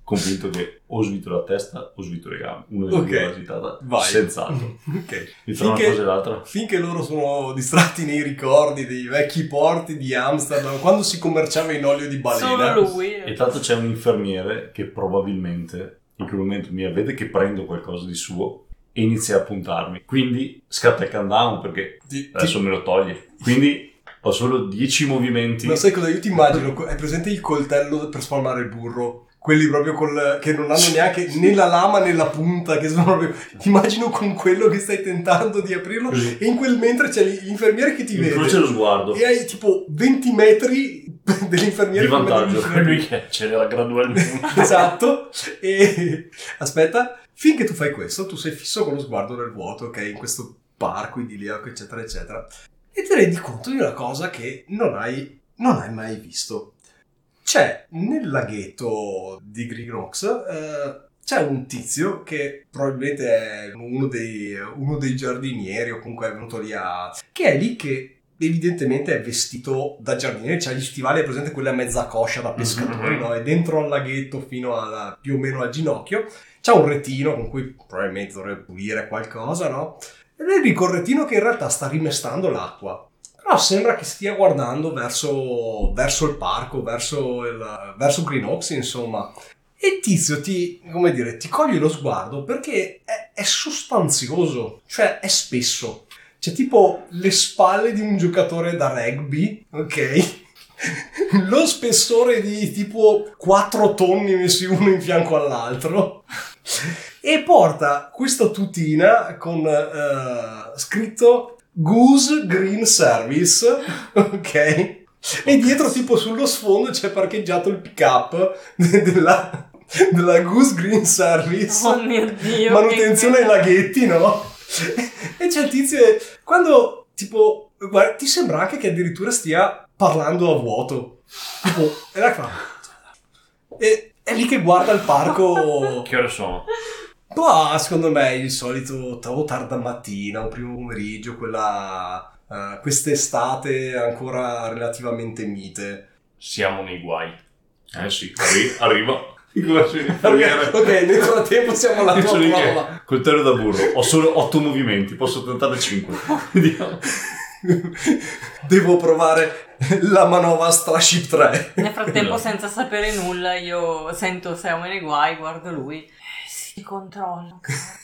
D: Convinto che o svito la testa o svito le gambe. Una delle
B: Ok.
D: due è agitata,
B: Vai.
D: senz'altro.
B: Ok.
D: Mi tra una cosa e
B: Finché,
D: l'altra.
B: finché loro sono distratti nei ricordi dei vecchi porti di Amsterdam, quando si commerciava in olio di balena.
C: Solo lui.
D: E tanto c'è un infermiere che probabilmente in quel momento mia vede che prendo qualcosa di suo e inizia a puntarmi. Quindi scatta il countdown perché
B: Ti- ti-
D: adesso me lo toglie. Quindi ho solo 10 movimenti.
B: Ma sai cosa io ti immagino? Co- È presente il coltello per spalmare il burro? Quelli proprio col, che non hanno neanche né la lama né la punta, che sono proprio. Ti immagino con quello che stai tentando di aprirlo,
D: Così.
B: e in quel mentre c'è l- l'infermiere che ti vede.
D: Incrocia lo sguardo.
B: E hai tipo 20 metri dell'infermiere
D: Di
B: che mette
D: vantaggio.
B: l'infermiere.
E: lui che accelera gradualmente.
B: esatto. E aspetta, finché tu fai questo, tu sei fisso con lo sguardo nel vuoto, ok? In questo parco idilliaco, eccetera, eccetera. E ti rendi conto di una cosa che non hai, non hai mai visto. C'è nel laghetto di Green Rocks. eh, c'è un tizio che probabilmente è uno dei, uno dei giardinieri o comunque è venuto lì a... che è lì che evidentemente è vestito da giardiniere, c'ha gli stivali, è presente quella mezza coscia da pescatori,
E: Mhm.
B: no? È dentro al laghetto fino alla, più o meno al ginocchio. C'ha un retino con cui probabilmente dovrebbe pulire qualcosa, no? Ed è lì col retino che in realtà sta rimestando l'acqua. Però sembra che stia guardando verso, verso il parco, verso, il, verso Green Oaks, insomma. E il tizio ti, come dire, ti coglie lo sguardo perché è, è sostanzioso, cioè è spesso. C'è tipo le spalle di un giocatore da rugby, ok? Lo spessore di tipo 4 tonni messi uno in fianco all'altro. E porta questa tutina con eh, scritto Goose Green Service, ok?
C: Oh,
B: E dietro, tipo sullo sfondo, c'è parcheggiato il pick up della, della Goose Green Service.
C: Oh mio Dio,
B: Manutenzione
C: che-
B: ai laghetti, no? E c'è il tizio. e- Quando tipo. Guarda, ti sembra anche che addirittura stia parlando a vuoto. Tipo, e la fa. E è lì che guarda il parco.
E: che ore sono?
B: Bah, secondo me è il solito t- o tarda mattina o primo pomeriggio, quella. eh, quest'estate ancora relativamente mite.
E: Siamo nei guai.
D: Eh sì, arri- arriva.
B: Ok, ok, nel frattempo siamo alla
D: Io
B: tua
D: sono lì che-
B: prova.
D: coltello da burro. Ho solo 8 movimenti, posso tentarne 5. Vediamo.
B: Devo provare la manovra Starship 3.
C: Nel frattempo, senza sapere nulla, io sento siamo nei guai, guardo lui. Eh, Si controlla.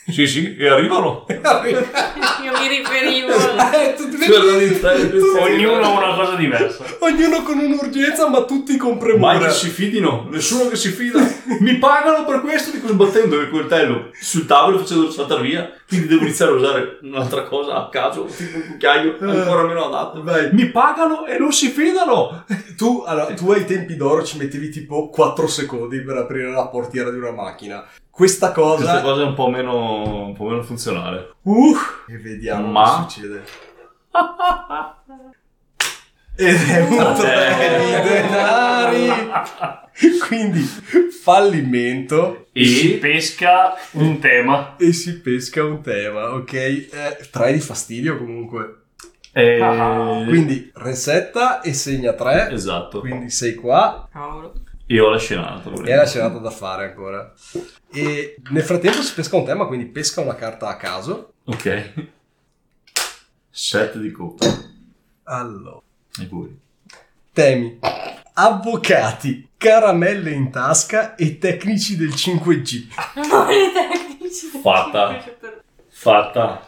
D: Sì, sì, e arrivano.
C: Io mi riferivo alla-
B: Eh, tu-
D: Quello di tre,
B: tu-
E: Ognuno ha una cosa diversa.
B: ognuno con un'urgenza, ma tutti con premura.
D: Mai che si fidino, nessuno che si fida. Mi pagano per questo, dico sbattendo il coltello sul tavolo facendolo saltare via. Quindi devo iniziare a usare un'altra cosa a caso, tipo un cucchiaio, ancora meno adatto.
B: Vai.
D: Mi pagano e non si fidano.
B: Tu, allora, tu ai tempi d'oro ci mettevi tipo 4 secondi per aprire la portiera di una macchina.
D: Questa
B: Questa cosa...
D: cosa è un po' meno, un po' meno funzionale.
B: Uh, e vediamo
D: Ma-
B: che succede. Ed è un tre di denari. Quindi fallimento
E: E si pesca un tema.
B: e si pesca un tema, ok? Eh, tre di fastidio comunque.
D: Eh,
E: Ah,
B: Quindi resetta e segna 3.
D: Esatto.
B: Quindi sei qua
C: Cavolo.
D: Io ho la scenata.
B: E la serata da fare ancora. E nel frattempo si pesca un tema, quindi pesca una carta a caso.
D: Ok. 7 di coppa.
B: Allora,
D: E voi?
B: temi: avvocati, caramelle in tasca e tecnici del 5G.
C: Non i tecnici.
D: Fatta. Fatta.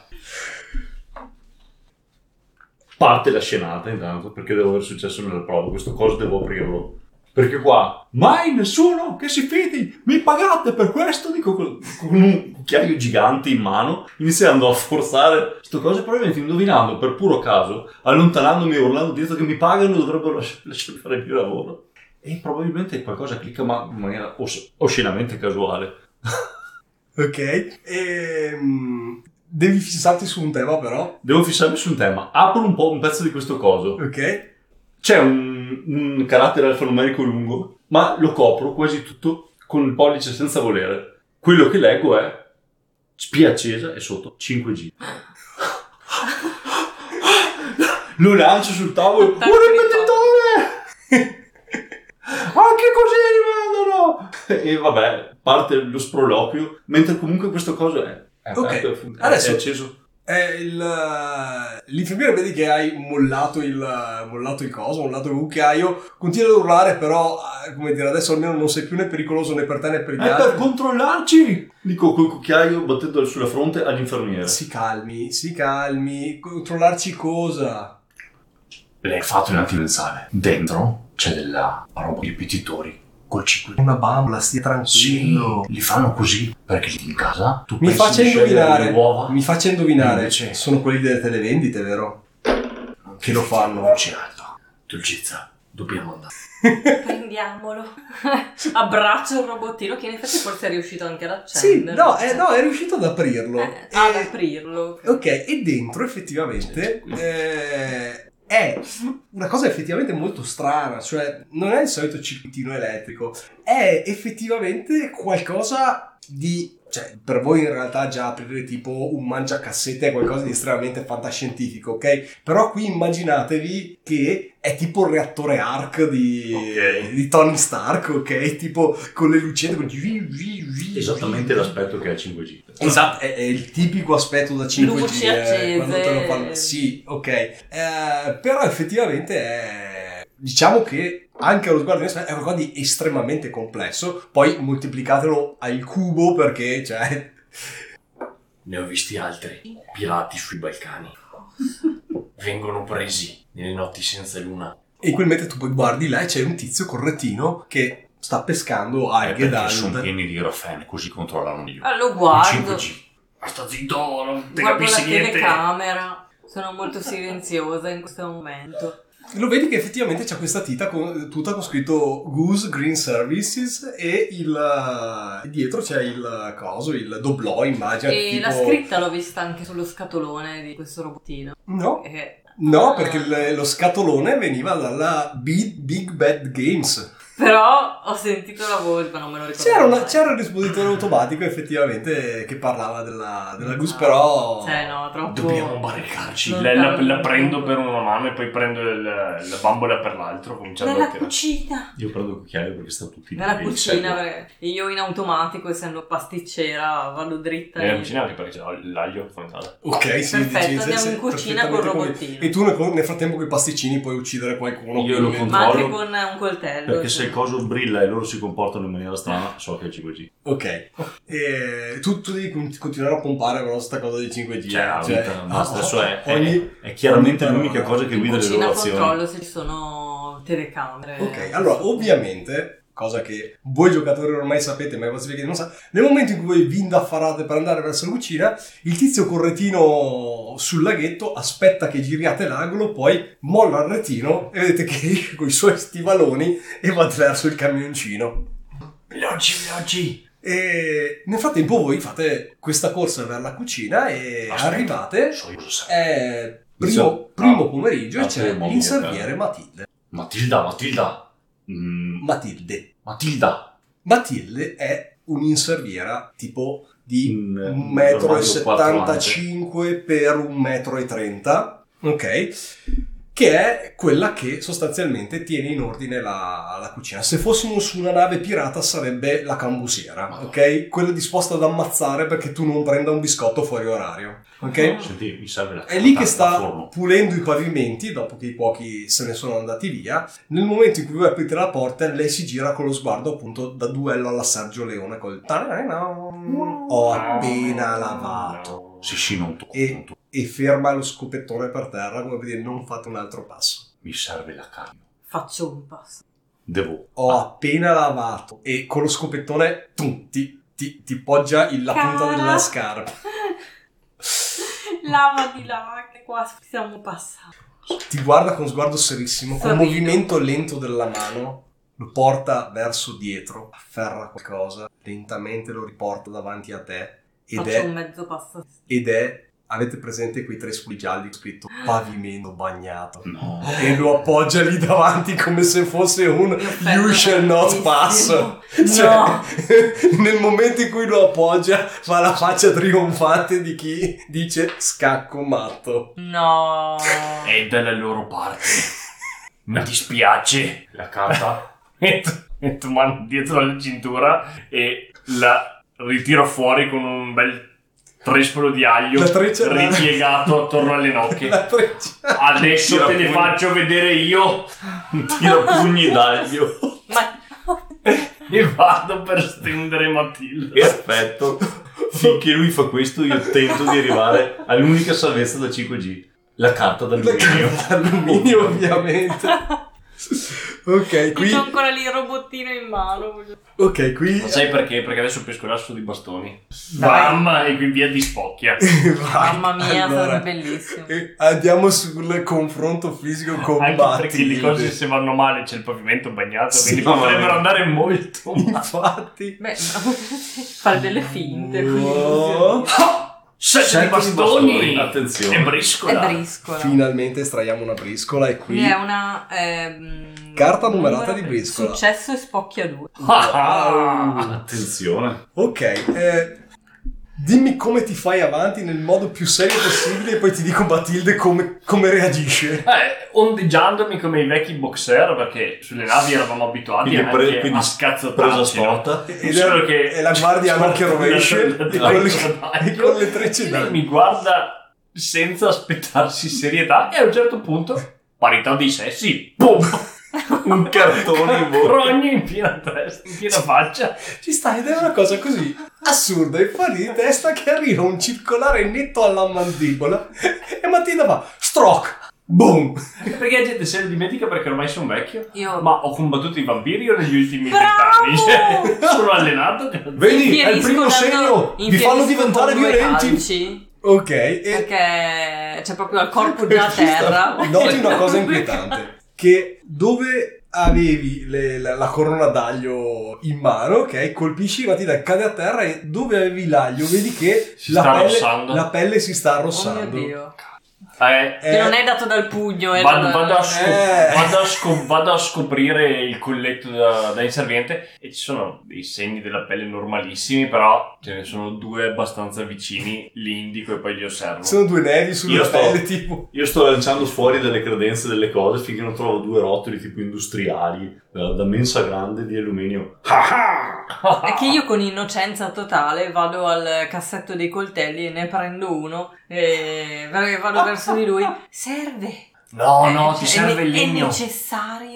D: Parte la scenata intanto perché devo aver successo nella prova. Questo coso devo aprirlo. Perché qua mai nessuno che si fidi, mi pagate per questo, dico con con un cucchiaio gigante in mano, iniziando a forzare sto coso e probabilmente indovinando per puro caso, allontanandomi e urlando dietro che mi pagano dovrebbero lasci- lasciare fare il mio lavoro. E probabilmente qualcosa clicca ma in maniera os- oscenamente casuale.
B: Ok? Ehm, devi fissarti su un tema, però.
D: Devo fissarmi su un tema. Apro un po' un pezzo di questo coso.
B: Ok?
D: C'è un, un carattere alfanumerico lungo, ma lo copro quasi tutto con il pollice senza volere. Quello che leggo è spia accesa e sotto 5G. lo lancio sul tavolo. Un
C: Attacco di
D: ripetitore! Anche così li mandano! E vabbè, parte lo sproloquio, mentre comunque questo coso è... è
B: Ok,
D: aperto e fun- è-
B: adesso-
D: è acceso.
B: Eh, il, eh, l'infermiere eh, vedi che hai mollato il, mollato il coso, mollato il cucchiaio, continua ad urlare però ma come dire, adesso almeno non sei più né pericoloso né per te né per
D: Eh,
B: gli
F: È per
B: altri.
F: controllarci! Dico col cucchiaio battendolo sulla fronte all'infermiera.
B: Si calmi, si calmi, controllarci cosa?
D: Le hai fatto un antivenzale. Dentro c'è della roba di ripetitori col ciclo.
B: Una bambola, stia tranquillo.
D: li fanno così perché in casa tu
B: Mi
D: pensi
B: faccia
D: di scegliere
B: indovinare,
D: le uova
B: mi faccia indovinare,
D: Invece-
B: sono quelli delle televendite, vero?
D: che lo fanno. cioè. Geraldo, dolcezza, dobbiamo andare.
C: Prendiamolo. Abbraccio il robottino che in effetti forse è riuscito anche ad
B: Sì,
C: accendere.
B: no, eh, no, è riuscito ad aprirlo.
C: Eh, ad
B: E-
C: aprirlo.
B: Ok, e dentro effettivamente eh, è una cosa effettivamente molto strana, cioè non è il solito circuitino elettrico, è effettivamente qualcosa di... Cioè, per voi in realtà già aprire tipo un mangiacassette è qualcosa di estremamente fantascientifico, ok? Però qui immaginatevi che è tipo il reattore arc di,
F: Ok.
B: di Tony Stark, ok? Tipo con le lucette, con... Esattamente
D: Esattamente l'aspetto che ha 5G.
B: Esatto, è, è il tipico aspetto da 5G
C: Luci
B: eh,
C: accese.
B: quando te lo fanno. Sì, ok. Eh, però effettivamente è diciamo che anche allo sguardo di un'esperta è qualcosa di estremamente complesso, poi moltiplicatelo al cubo perché cioè
E: Ne ho visti altri, pirati sui Balcani. Vengono presi nelle notti senza luna.
B: e in quel mentre tu poi guardi là e c'è un tizio con rettino che sta pescando
E: Eh,
B: alghe
D: perché
B: dal
D: sono pieni di grafene, così controllano meglio.
C: Ah, lo
D: Il
C: guardo.
D: 5G.
E: Ma sta zitto, non te
C: Guardo la
E: capisci niente.
C: telecamera. Sono molto silenziosa in questo momento.
B: Lo vedi che effettivamente c'è questa tita con, tuta con scritto Goose Green Services e il, eh, dietro c'è il eh, coso, il doblò
E: Cioè,
B: immagino.
C: e
B: tipo-
C: la scritta l'ho vista anche sullo scatolone di questo robottino.
B: No,
C: Eh,
B: no
C: Ah.
B: perché il- eh, lo scatolone veniva dalla Big, Big Bad Games.
C: Però ho sentito la voce, ma non me lo ricordo.
B: C'era, una-
C: mai.
B: c'era un dispositivo automatico effettivamente che parlava della, della Goose,
C: No.
B: però...
C: Cioè, no, troppo.
E: Dobbiamo barricarci.
C: Non
E: La, la-
C: cambia.
E: la prendo per una mano e poi prendo il- la bambola per l'altro, cominciando a
C: Nella
E: tirare.
C: cucina.
D: Io prendo il cucchiaio perché sta tutti
C: Nella
D: lì,
C: cucina,
D: serve.
C: perché io in automatico, essendo pasticcera, vado dritta.
E: Nella
C: lì.
E: cucina anche perché c'è l'aglio fondamentale.
B: Ok, sì,
C: Perfetto,
B: dici,
C: andiamo
B: sì,
C: in
B: sì,
C: cucina
B: perfettamente
C: col
B: come-
C: robottino.
B: E tu nel, nel frattempo con i pasticcini puoi uccidere qualcuno.
D: Io lo
B: quindi-
D: controllo.
C: Ma anche con un coltello. cioè,
D: Perché se il coso brilla e loro si comportano in maniera strana, so che è 5G.
B: Ok, e tu, tu devi con- continuare a pompare però sta cosa di 5G.
D: Cioè, la vita
B: ah,
D: nostra adesso è, è-
B: ogni-
D: è chiaramente
B: ogni
D: l'unica
B: parola.
D: cosa che
C: In
D: guida le
C: cucina
D: loro azioni.
C: controllo se ci sono telecamere.
E: Eh,
B: Ok, allora ovviamente, cosa che voi giocatori ormai sapete, ma i vostri vecchi non sa, nel momento in cui voi vi indaffarate per andare verso la cucina, il tizio col retino sul laghetto aspetta che giriate l'angolo, poi molla il retino e vedete che esce con i suoi stivaloni e va verso il camioncino.
E: Veloci, veloci!
B: E nel frattempo voi fate questa corsa per la cucina e
D: Aspetta,
B: arrivate
D: So io cosa serve.
B: è Eh, primo,
D: Insomma,
B: primo
D: ah,
B: pomeriggio e
D: ah,
B: c'è
D: primo, eh.
B: l'inserviere Matilde.
D: Matilda, Matilda. Mm,
B: Matilde.
D: Matilda.
B: Matilde è un'inserviera tipo di
D: In, eh,
B: 1,75 m per 1,30 m, ok? Che è quella che sostanzialmente tiene in ordine la, la cucina. Se fossimo su una nave pirata sarebbe la cambusiera, ok? Quella disposta ad ammazzare perché tu non prenda un biscotto fuori orario,
C: Eh.
B: ok?
D: Senti, mi serve la
B: È lì che
D: la
B: sta
D: forno.
B: pulendo i pavimenti dopo che i cuochi se ne sono andati via. Nel momento in cui voi aprite la porta, lei si gira con lo sguardo appunto da duello alla Sergio Leone col "Tarararau, ho appena lavato
D: Sì, sì, non tocco.
B: E-
D: non tocco.
B: e ferma lo scopettone per terra come per dire non fate un altro passo.
D: Mi serve la carne.
C: Faccio un passo.
D: Devo.
B: Ho appena lavato e con lo scopettone tum, ti, ti- ti poggia il- la punta
C: Cara.
B: della scarpa.
C: Lava di là, che qua siamo passati.
B: ti guarda con sguardo serissimo, con un
C: Sorrido.
B: movimento lento della mano, lo porta verso dietro, afferra qualcosa, lentamente lo riporta davanti a te ed
C: Faccio un
B: è,
C: mezzo passo.
B: ed è, avete presente quei tre scudi gialli con scritto pavimento bagnato
D: No.
B: e lo appoggia lì davanti come se fosse un
C: Mi offendo
B: you shall
C: tantissimo.
B: not pass. Cioè,
C: No,
B: nel momento in cui lo appoggia fa la faccia trionfante di chi dice scacco matto.
C: no.
E: È dalla loro parte. Mi dispiace. La carta. Metto mano dietro la cintura e la ritiro fuori con un bel trespolo di aglio
B: La treccia-
E: ripiegato attorno alle
B: La
E: nocche.
B: freccia.
E: Adesso te ne faccio vedere io.
D: Tiro pugni d'aglio.
C: Ma
E: Mi vado per stendere Matilda.
D: E aspetto finché lui fa questo, io tento di arrivare all'unica salvezza da 5G. La carta
B: La
D: d'alluminio.
B: carta d'alluminio, ovviamente. ok, qui,
C: C'ho ancora lì il robottino in mano.
B: ok, qui
E: Ma sai perché? Perché adesso pesco l'asso di bastoni.
C: Dai.
E: Mamma e qui via di spocchia.
B: Vai,
C: Mamma mia, sarebbe bellissimo.
B: eh, Andiamo sul confronto fisico
E: Anche perché le cose
B: combatti.
E: se vanno male c'è il pavimento bagnato,
B: Sì,
E: quindi potrebbero
B: mamma mia.
E: andare molto male.
B: Infatti,
C: Beh, no, fare delle finte. quindi-
B: Oh.
E: Sette,
D: Sette
E: di bastoni.
D: bastoni, attenzione.
E: E
C: È
E: briscola.
C: briscola.
B: finalmente estraiamo una briscola e qui
C: Quindi è una... ehm,
B: Carta numerata
C: numero-
B: di briscola.
C: Successo e spocchia due.
E: Ah,
D: Attenzione.
B: Ok, eh, dimmi come ti fai avanti nel modo più serio possibile e poi ti dico Matilde come, come reagisce.
E: Eh, ondeggiandomi come i vecchi boxer perché sulle navi eravamo abituati
D: Quindi
E: anche
D: pre- quindi
E: a scazzo
D: Presa storta.
B: E
E: Solo
B: la,
E: che- Cioè,
B: e la guardia anche rovesce e con le, e con le trecce
E: Lei
B: d'anni.
E: mi guarda senza aspettarsi serietà e a un certo punto parità di sessi pum
D: Un cartone in bocca.
E: rogno in piena testa in piena faccia
B: Ci sta ed è una cosa così assurda e fuori di testa che arriva un circolare netto alla mandibola e Matilda fa stroke, boom.
E: perché la gente se lo dimentica perché ormai sono vecchio
C: Io-
E: ma ho combattuto i vampiri io negli ultimi
C: Bravo!
E: vent'anni Cioè, sono allenato cazzo.
D: Vedi, è il
C: Infierisco
D: primo
C: dando-
D: segno. Vi
C: infierisco
D: fanno diventare
C: con due
D: violenti.
C: calci,
B: Ok, e
C: Perché c'è proprio il corpo già a terra. Oh
B: noti una cosa inquietante che dove avevi le- la, la corona d'aglio in mano ok colpisci Matilda cade a terra e dove avevi l'aglio vedi che
E: Si
B: la
E: sta
B: pelle,
E: arrossando.
B: la pelle si sta
C: Oh mio
B: arrossando
C: Dio.
E: Eh,
B: Eh,
C: Che non è dato dal pugno, è
E: Vado,
C: dal-
E: vado a scop-
B: Eh.
E: vado a scop- vado a scoprire il colletto da, da inserviente e ci sono dei segni della pelle normalissimi, però ce ne sono due abbastanza vicini, li indico e poi li osservo.
B: sono due nevi
D: Io
B: sulla
D: sto-
B: pelle tipo
D: Io sto lanciando fuori delle credenze, delle cose, finché non trovo due rotoli tipo industriali, da, da mensa grande di alluminio. Ah ah!
C: È che io con innocenza totale vado al cassetto dei coltelli e ne prendo uno e vado verso di lui. Serve!
E: No, Oh, no,
C: Eh,
E: ti
C: cioè,
E: serve
C: è,
E: il
C: ne- È
E: legno.
C: necessario.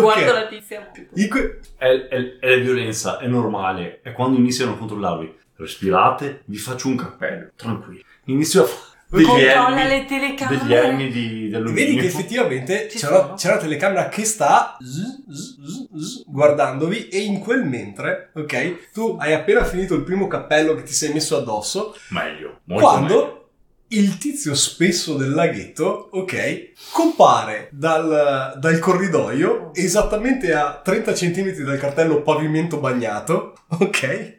C: Guardo la tizia.
B: In que-
D: È, è- è la violenza, è normale, è quando iniziano a controllarvi. Respirate, vi faccio un cappello, tranquillo. Inizio a fare degli
C: Controlla
D: elmi,
C: le telecamere.
D: degli elmi di, di alluminio.
B: vedi che effettivamente
C: Ci
B: c'è una,
C: sono.
B: c'è una telecamera che sta zzz, zzz, zzz, zzz, guardandovi e in quel mentre ok tu hai appena finito il primo cappello che ti sei messo addosso
D: Meglio, molto
B: quando
D: meglio.
B: il tizio spesso del laghetto, ok, compare dal, dal corridoio esattamente a 30 cm dal cartello pavimento bagnato, ok,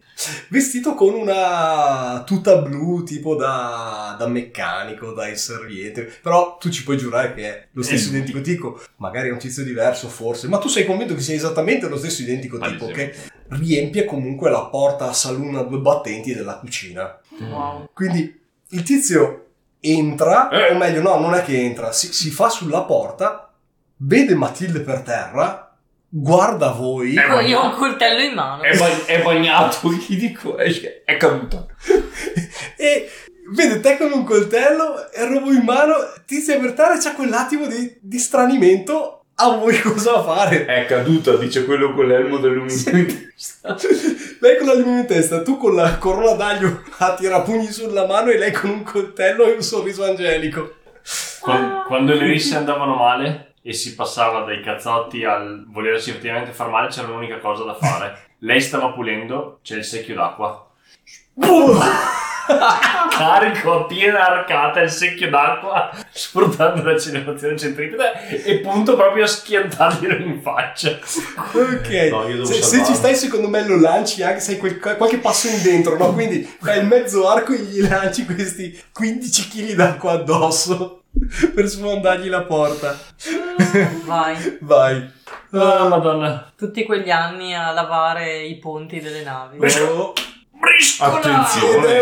B: vestito con una tuta blu tipo da, da meccanico, da inserviente, però tu ci puoi giurare che è lo stesso
E: È
B: identico tipo, magari è un tizio diverso forse, ma tu sei convinto che sia esattamente lo stesso identico tipo che riempie comunque la porta a saloon a due battenti della cucina.
C: Wow.
B: Quindi il tizio entra,
E: Eh.
B: o meglio, no, non è che entra, si, si fa sulla porta, vede Matilde per terra, guarda voi,
E: Eh,
C: Ecco, Io ho un coltello in mano.
E: È, ba- è bagnato, gli dico, è, è caduta.
B: e vede te con un coltello e robo in mano, tizio per terra e c'ha quell'attimo di, di stranimento a voi cosa fare.
D: È caduta, dice quello con l'elmo dell'alluminio.
B: Lei con l'alluminio in testa, tu con la corona d'aglio a tirapugni sulla mano e lei con un coltello e un sorriso angelico.
E: Quando, quando le risse andavano male e si passava dai cazzotti al volersi effettivamente far male, c'era un'unica cosa da fare. Lei stava pulendo, c'è il secchio d'acqua. Ah. Carico a piena arcata il secchio d'acqua, sfruttando l'accelerazione centripeta e punto proprio a schiantarglielo in faccia.
B: Ok,
D: Eh, No, io devo
B: se, se
D: salvarlo.
B: ci stai secondo me lo lanci anche se hai quel- qualche passo indentro, no? Quindi fai il mezzo arco e gli lanci questi 15 kg d'acqua addosso per sfondargli la porta.
C: Vai.
B: Vai.
E: Ah, madonna.
C: Tutti quegli anni a lavare i ponti delle navi. Eh,
B: Oh.
E: Briscola!
B: Ed
D: Attenzione.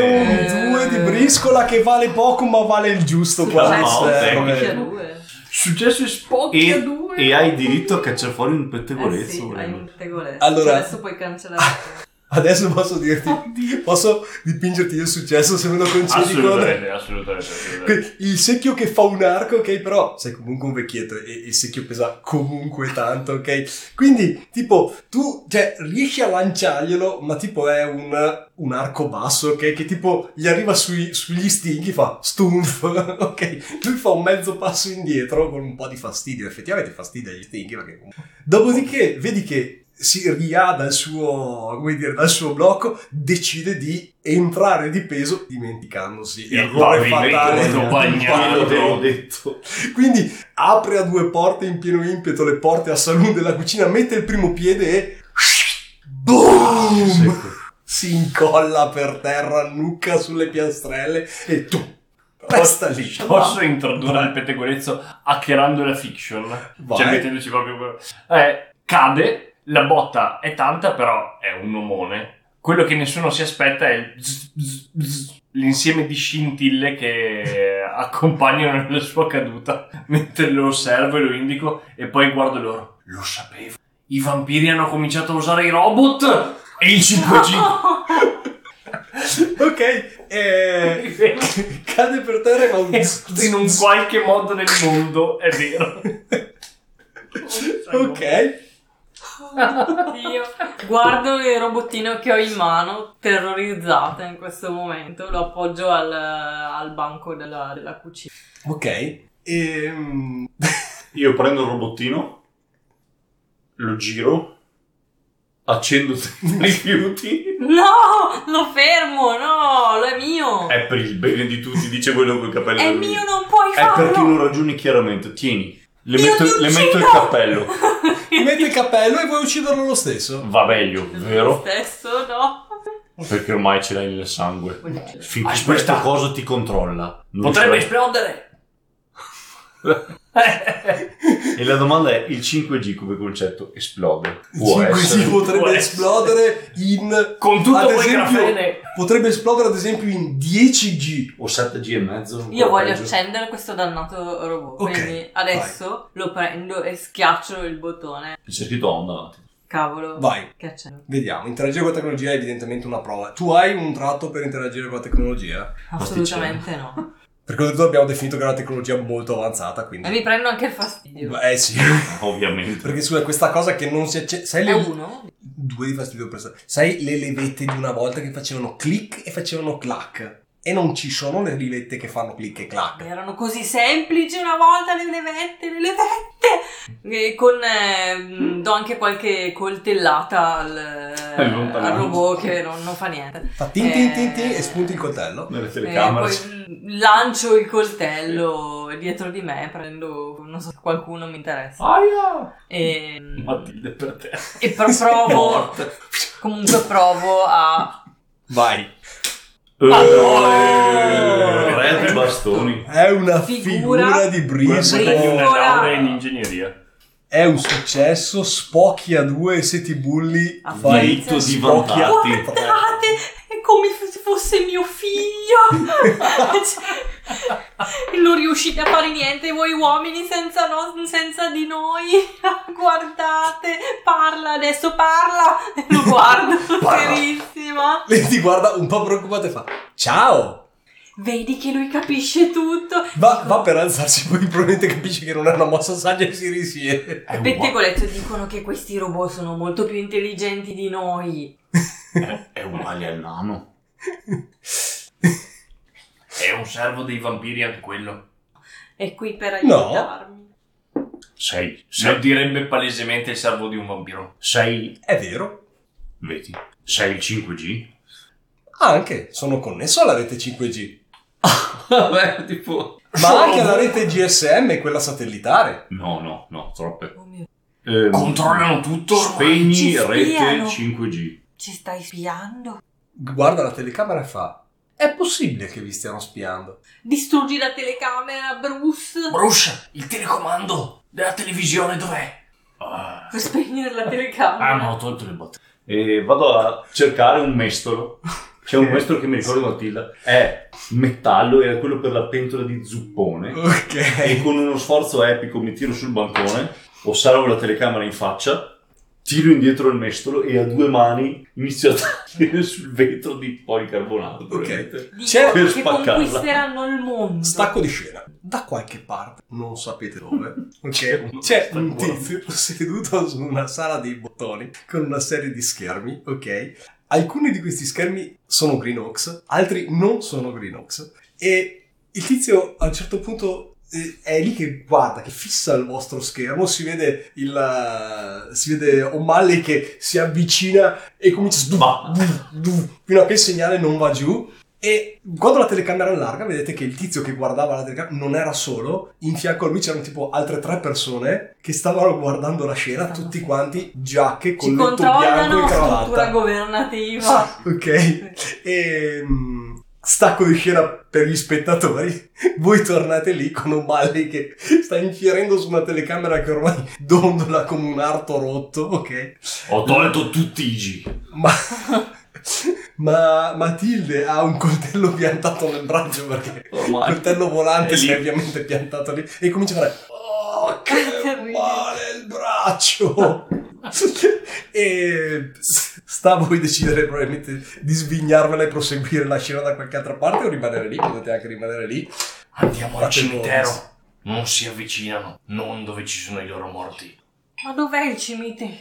B: è un 2 di briscola che vale poco ma vale il giusto eh. qua
D: No,
B: all'esterno.
D: ok.
C: C'è Eh, due.
E: Successo e spocchi a
D: E,
C: due.
D: e hai diritto a cacciare fuori un
C: Eh
D: pettegolezzo.
C: sì, hai
D: volendo.
C: un pettegolezzo.
B: Allora-
C: Adesso puoi cancellare.
B: Adesso posso dirti, posso dipingerti il successo se me lo concedi con...
E: Assolutamente, assolutamente. assolutamente.
B: Que- Il secchio che fa un arco, ok, però sei comunque un vecchietto e il secchio pesa comunque tanto, ok? Quindi, tipo, tu, cioè, riesci a lanciarglielo, ma tipo è un, un arco basso, ok? Che tipo gli arriva sui- sugli stinghi, fa stumf, ok? Lui fa un mezzo passo indietro con un po' di fastidio, effettivamente fastidia gli stinghi perché comunque... Dopodiché vedi che si ria dal suo, come dire, dal suo blocco, decide di entrare di peso dimenticandosi.
E: Il
B: Errore
E: pavimento
B: fatale.
E: bagnato.
D: te l'ho detto.
B: Quindi apre a due porte in pieno impeto le porte a saloon della cucina, mette il primo piede e... Boom! Si incolla per terra, nucca sulle piastrelle e tu resta lì.
E: Posso introdurre il pettegolezzo hackerando la fiction?
B: Vai.
E: Cioè mettendoci proprio... Eh, cade, la botta è tanta, però è un omone. Quello che nessuno si aspetta è il zzz, zzz, zzz, l'insieme di scintille che accompagnano la sua caduta mentre lo osservo e lo indico e poi guardo loro. Lo sapevo. I vampiri hanno cominciato a usare i robot e il 5G.
B: Ok, eh, cade per terra e va un...
E: in un qualche modo nel mondo, è vero.
B: Ok.
C: Oddio. Guardo il robottino che ho in mano, terrorizzata in questo momento. Lo appoggio al, al banco della, della cucina.
B: Ok. Ehm,
D: Io prendo il robottino, lo giro, accendo i rifiuti.
C: No, lo fermo, no, lo è mio. È,
D: È per il bene di tutti, dice quello con i capelli. verdi.
C: mio, non puoi
D: Eh, È
C: farlo.
D: perché non ragioni chiaramente. Tieni, le,
C: Io
D: metto,
C: ti
D: le
C: uccido!
D: metto il cappello.
B: Ti mette il cappello e vuoi ucciderlo lo stesso.
D: Va meglio,
C: Lo
D: vero?
C: stesso, no.
D: Perché ormai ce l'hai nel sangue. Finché
E: Aspetta.
D: questa cosa ti controlla. non
E: Potrebbe
D: ce
E: esplodere.
D: l'hai. E la domanda è: il 5G come concetto esplode? Può
B: Sì,
D: essere.
B: così potrebbe
E: Può
B: esplodere in...
E: Con tutto
B: Ad
E: quel
B: esempio-
E: grafene.
B: Potrebbe esplodere ad esempio in 10G.
D: O 7G e mezzo?
C: Io
D: ancora
C: voglio
D: peggio.
C: accendere questo dannato robot.
B: Ok,
C: quindi adesso lo prendo e schiaccio il bottone.
D: C'è scritto onda davanti.
C: Cavolo.
B: Vai.
C: Che accendo.
B: Vediamo, interagire con la tecnologia è evidentemente una prova. Tu hai un tratto per interagire con la tecnologia?
C: Assolutamente no.
B: Perché oltretutto abbiamo definito che è una tecnologia molto avanzata,
C: E
B: quindi...
C: mi prendo anche il fastidio.
B: Eh sì,
D: Ovviamente.
B: perché scusa, questa cosa che non si accende... Sai
C: È
B: le...
C: uno?
B: Due di fastidio per strada. Sai le levette di una volta che facevano click e facevano clack? E non ci sono le levette che fanno click e clack.
C: Erano così semplici una volta le levette, le levette! E con, eh, mh, do anche qualche coltellata al, al robot che non, non fa niente.
B: Fa tin tin tin tin e spunti il coltello.
D: Nelle
C: E
D: telecamere.
C: Eh, poi mh, lancio il coltello dietro di me, prendo, non so se qualcuno mi interessa.
D: Aia!
C: E, mm,
D: Matilde per te.
C: e pro- provo, comunque provo a...
B: Vai.
D: Eh, Re di bastoni.
B: È una figura,
C: Figura
B: di
E: Guadagni
B: Brisbane.
E: una
C: Ora-
E: laurea in ingegneria.
B: È un successo. Spocchi a due e se ti bulli
C: Ah,
B: fai
D: Diritto di
B: spocchi a
D: vantarti.
B: tre.
C: Guardate, è come se fosse mio figlio. Cioè, non riuscite a fare niente voi uomini senza, no- senza di noi. Guardate, parla adesso, parla. Lo guardo,
B: Parla.
C: serissima.
B: Lei ti guarda un po' preoccupata e fa ciao.
C: Vedi che lui capisce tutto.
B: Va, va per alzarsi, poi probabilmente capisce che non è una mossa saggia e si risiede.
D: È un
C: Pettegolezzo dicono che questi robot sono molto più intelligenti di noi.
D: È, è uguale al nano.
E: È un servo dei vampiri anche quello.
C: È qui per
B: No.
C: aiutarmi.
D: Sei,
E: Lo
D: sei,
E: direbbe palesemente il servo di un vampiro.
D: sei,
B: È vero.
D: vedi, sei il 5G?
B: Anche sono connesso alla rete 5G,
D: Vabbè, tipo...
B: ma anche alla rete GSM, quella satellitare.
D: No, no, no, troppe.
C: Oh mio,
E: Mm.
D: Ehm,
E: Controllano tutto.
D: Spegni
C: Ci
D: rete
C: spiano.
D: 5G.
C: ci stai spiando?
B: Guarda la telecamera e fa: È possibile che vi stiano spiando?
C: Distruggi la telecamera, Bruce.
E: Bruce, il telecomando della televisione dov'è?
D: Ah,
C: Per spegnere la telecamera.
E: Ah, ma ho tolto le botte.
D: E vado a cercare un mestolo. C'è un mestolo che mi ricordo Matilda. È metallo, era quello per la pentola di zuppone. e
B: Ok.
D: con uno sforzo epico mi tiro sul bancone, osservo la telecamera in faccia tiro indietro il mestolo e a due mani inizio a tagliare sul vetro di policarbonato. probabilmente.
C: Dicono
B: C'è
D: per
C: che
D: spaccarla.
C: conquisteranno il mondo.
B: Stacco di scena. Da qualche parte, non sapete dove, ok? C'è un tizio seduto su una sala dei bottoni con una serie di schermi, ok? Alcuni di questi schermi sono Greenox, altri non sono Greenox. E il tizio a un certo punto eh, è lì che guarda, che fissa il vostro schermo, si vede il... eh, si vede O'Malley che si avvicina e comincia a sdu-
D: Ma-
B: du- du- fino a che il segnale non va giù. E quando la telecamera allarga, vedete che il tizio che guardava la telecamera non era solo, in fianco a lui c'erano tipo altre tre persone che stavano guardando la scena, tutti quanti giacche,
C: Ci
B: colletto bianco e
C: controllano struttura
B: cravatta.
C: governativa.
B: Ah, ok. E mm, stacco di scena per gli spettatori. Voi tornate lì con un O'Malley che sta infierendo su una telecamera che ormai dondola come un arto rotto, ok?
D: Ho tolto tutti i G.
B: Ma, ma Matilde ha un coltello piantato nel braccio perché il
D: Ormai.
B: coltello volante
D: È lì.
B: si è ovviamente piantato lì e comincia a fare Oh, che
C: Terribile.
B: male il braccio! e s- sta a voi decidere probabilmente di svignarvela e proseguire la scena da qualche altra parte o rimanere lì, potete anche rimanere lì.
E: Andiamo al
B: Fate
E: cimitero. Non si avvicinano, non dove ci sono i loro morti.
C: Ma dov'è il cimitero?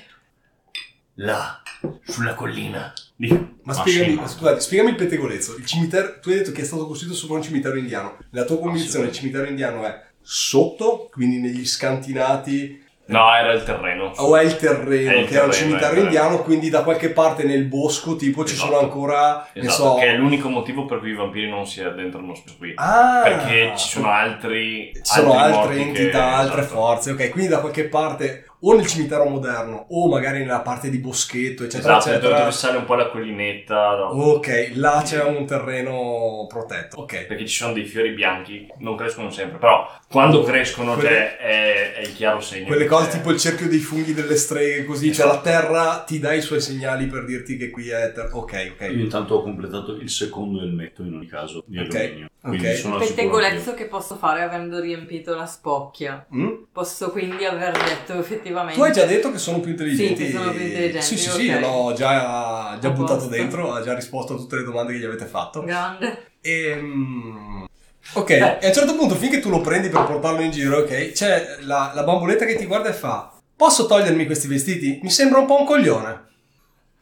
E: Là, sulla collina.
B: Ma
E: Ma
B: spiegami,
E: scema.
B: scusate, spiegami il pettegolezzo. Il cimitero, tu hai detto che è stato costruito sopra un cimitero indiano. La tua convinzione il cimitero indiano è sotto, quindi negli scantinati,
E: No, era il terreno.
B: o è il terreno,
E: È il
B: che era un
E: terreno, è il
B: cimitero
E: terreno.
B: indiano, quindi da qualche parte nel bosco, tipo, ci
E: Esatto.
B: sono ancora, ne
E: Esatto,
B: so...
E: che è l'unico motivo per cui i vampiri non si addentrano spesso qui.
B: Ah!
E: perché ci sono altri...
B: Ci sono altre
E: morti che-
B: entità, altre
E: esatto.
B: forze, ok, quindi da qualche parte o nel cimitero moderno o magari nella parte di boschetto, eccetera,
E: Esatto, dove-
B: eccetera.
E: dove sale un po' la collinetta. no?
B: Ok, là c'è un terreno protetto. Ok.
E: Perché ci sono dei fiori bianchi, non crescono sempre, però quando crescono
B: Quelle-
E: cioè, è, è il chiaro segno. Eh,
B: Quelle
E: che
B: cose
E: c'è- Esatto.
B: tipo il cerchio dei funghi delle streghe, così, cioè la terra ti dà i suoi segnali per dirti che qui è terra. Ok,
D: Io
B: ok.
D: intanto ho completato il secondo elmetto in ogni caso di
B: Ok,
D: alluminio. Quindi
B: ok.
D: sono al sicuro anch'io.
C: Pettegolezzo che posso fare avendo riempito la spocchia.
B: Mm?
C: Posso quindi aver detto effettivamente.
B: Tu hai già detto che sono più intelligenti.
C: Sì, che sono più intelligenti,
B: Sì, sì,
C: ok.
B: sì, l'ho già, già
C: A
B: buttato
C: posto.
B: dentro, ha già risposto a tutte le domande che gli avete fatto.
C: Grande.
B: Ehm, Ok, e a un certo punto, finché tu lo prendi per portarlo in giro, ok, c'è la, la bamboletta che ti guarda e fa: Posso togliermi questi vestiti? Mi sembra un po' un coglione.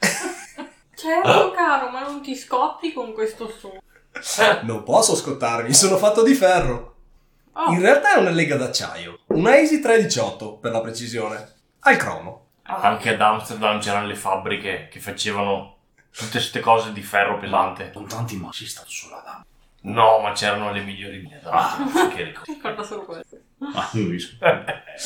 E: Ah.
C: Certo, caro, ma non ti scotti con questo suono.
B: Non posso scottarmi, sono fatto di ferro.
C: Oh,
B: In realtà è una lega d'acciaio, una Easy 318 per la precisione, al cromo.
C: Ah.
E: Anche ad Amsterdam c'erano le fabbriche che facevano tutte queste cose di ferro pesante.
D: Sono tanti, ma sei stato sulla dama.
E: No, ma c'erano le migliori di Amsterdam, che ricordo.
C: ricorda solo questo.
D: Ah, un rischio.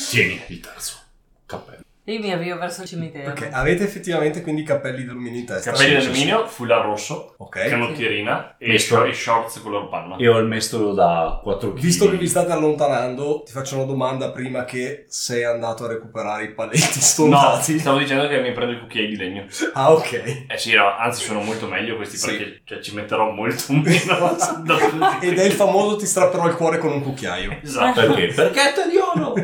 D: Tieni il terzo cappello.
C: Io mi avvio verso il cimitero.
B: Ok, ah, avete effettivamente quindi i cappelli d'alluminio in testa.
E: Capelli
D: sì,
E: d'alluminio, fula rosso,
B: Ok.
E: canottierina e,
D: Questo.
E: e shorts color panna.
D: E ho il mestolo da 4 kg.
B: Visto che vi state allontanando, ti faccio una domanda prima che sei andato a recuperare i paletti
E: No,
B: stondati.
E: stavo dicendo che mi prendo i cucchiai di legno.
B: Ah, ok.
E: Eh sì, no, anzi sono molto meglio questi
B: Sì.
E: perché cioè, ci metterò molto meno. da tutti
B: Ed è il famoso ti strapperò il cuore con un cucchiaio.
E: Esatto.
D: Perché? Perché tagliolo?